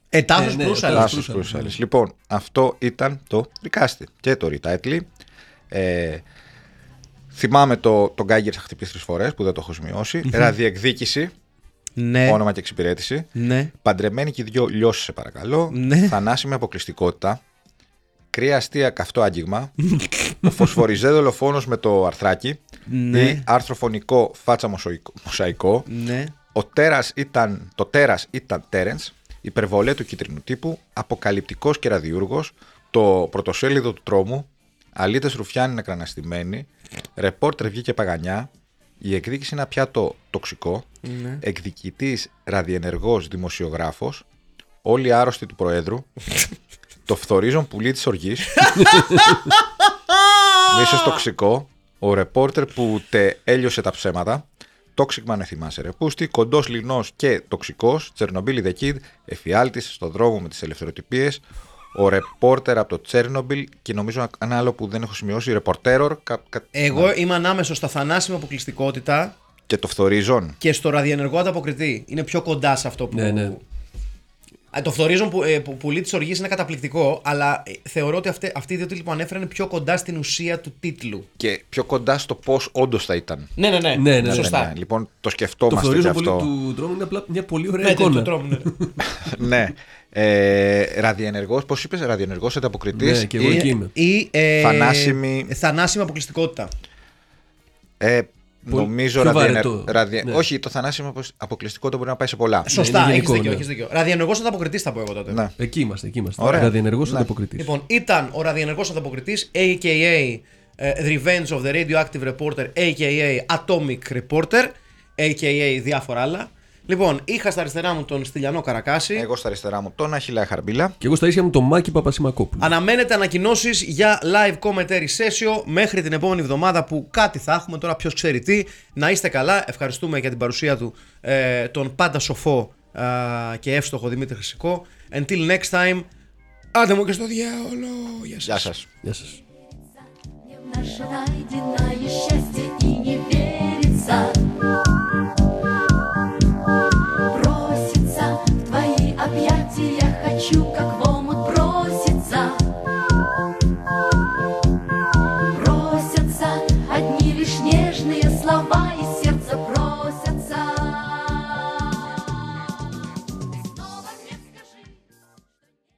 Ε, Τάσος Ε, ναι, Προύσαλης. ο Τάσος. Τάσος Προύσαλη. Προύσαλης. Λοιπόν, αυτό ήταν το Ρικάστη και το Ριτάιτλι. Ε, θυμάμαι το, τον Γκάγκερ θα χτυπήσει τρεις φορές που δεν το έχω σημειώσει. Ραδιεκδίκηση, Ναι, όνομα και εξυπηρέτηση. ναι. Παντρεμένοι και οι δυο λιώσεις, σε παρακαλώ. Ναι. Θανάσιμη αποκλειστικότητα. Κρύα αστεία καυτό άγγιγμα. ο φωσφοριζέ δολοφόνο με το αρθράκι. Ναι. Ή άρθροφωνικό φάτσα μοσαϊκό. μοσαϊκό. Ναι. Ο τέρας ήταν, το τέρας ήταν Τέρεν. Υπερβολέ του κίτρινου τύπου. Αποκαλυπτικός και ραδιούργος, Το πρωτοσέλιδο του τρόμου. Αλίτε ρουφιάνοι νεκραναστημένοι. Ρεπόρτερ βγήκε παγανιά. Η εκδίκηση είναι ένα πιάτο τοξικό. Ναι. Εκδικητής, ραδιενεργός δημοσιογράφος. Όλοι άρρωστοι του Προέδρου. το φθορίζον πουλί της οργής. Μίσος τοξικό. Ο ρεπόρτερ που τε έλειωσε τα ψέματα. Τόξικ man θυμάσαι ρε πούστη, κοντός λινός και τοξικός, Τσερνομπίλ The Kid, εφιάλτης στον δρόμο με τις ελευθεροτυπίες, ο ρεπόρτερ από το Τσέρνομπιλ και νομίζω ένα άλλο που δεν έχω σημειώσει, ρεπορτέρορ κα, κα- Ε. Εγώ είμαι ανάμεσα στα θανάσιμα αποκλειστικότητα και το φθορίζον. και στο ραδιενεργό ανταποκριτή. Είναι πιο κοντά σε αυτό που. Ναι, ναι. Α, το φθορίζον που, ε, που πουλί τη οργή είναι καταπληκτικό, αλλά ε, θεωρώ ότι αυτέ, αυτοί οι δύο τίτλοι που ανέφερα είναι πιο κοντά στην ουσία του τίτλου. Και πιο κοντά στο πώς όντως θα ήταν. Ναι, ναι, ναι. Ναι, ναι, σωστά. Ναι, ναι. Λοιπόν, το Το σκεφτόμαστε γι' φθορίζον πολύ αυτό. του δρόμου είναι απλά μια πολύ ωραία Ναι, τέτοιο εικόνα. τρόπο, ναι. ναι. Ε, ραδιενεργός, πώς είπες, ραδιενεργός ανταποκριτής. Ναι, και εγώ ή- εκεί είμαι. Ή, ε, Θανάσιμη- θανάσιμη αποκλειστικότητα. Ναι, Ε, Πολύ νομίζω πιο ραδιενε... βαρετό. ραδια- Ναι. Όχι, το θανάσιμο αποκλειστικό το μπορεί να πάει σε πολλά. Σωστά, είναι έχεις γενικό, δίκιο. ναι. Έχεις δίκιο. Ραδιενεργός ανταποκριτής θα πω εγώ τότε. Ναι. Εκεί είμαστε, εκεί είμαστε. Ωραία. Ραδιενεργός Ναι. ανταποκριτής. Λοιπόν, ήταν ο ραδιενεργός ανταποκριτής, AKA ε, Revenge of the Radioactive Reporter, AKA Atomic Reporter, AKA διάφορα άλλα. Λοιπόν, είχα στα αριστερά μου τον Στυλιανό Καρακάση. Εγώ στα αριστερά μου τον Αχιλέα Χαρμπίλα. Και εγώ στα ίσια μου το Μάκη Παπασημακόπουλο. Αναμένετε ανακοινώσεις για live commentary session μέχρι την επόμενη εβδομάδα που κάτι θα έχουμε. Τώρα ποιος ξέρει τι. Να είστε καλά. Ευχαριστούμε για την παρουσία του ε, τον πάντα σοφό ε, και εύστοχο Δημήτρη Χρυσικό. Until next time, άντε μου και στο διάολο. Γεια σας. Γεια σας. Γεια σας. Наше найденное счастье.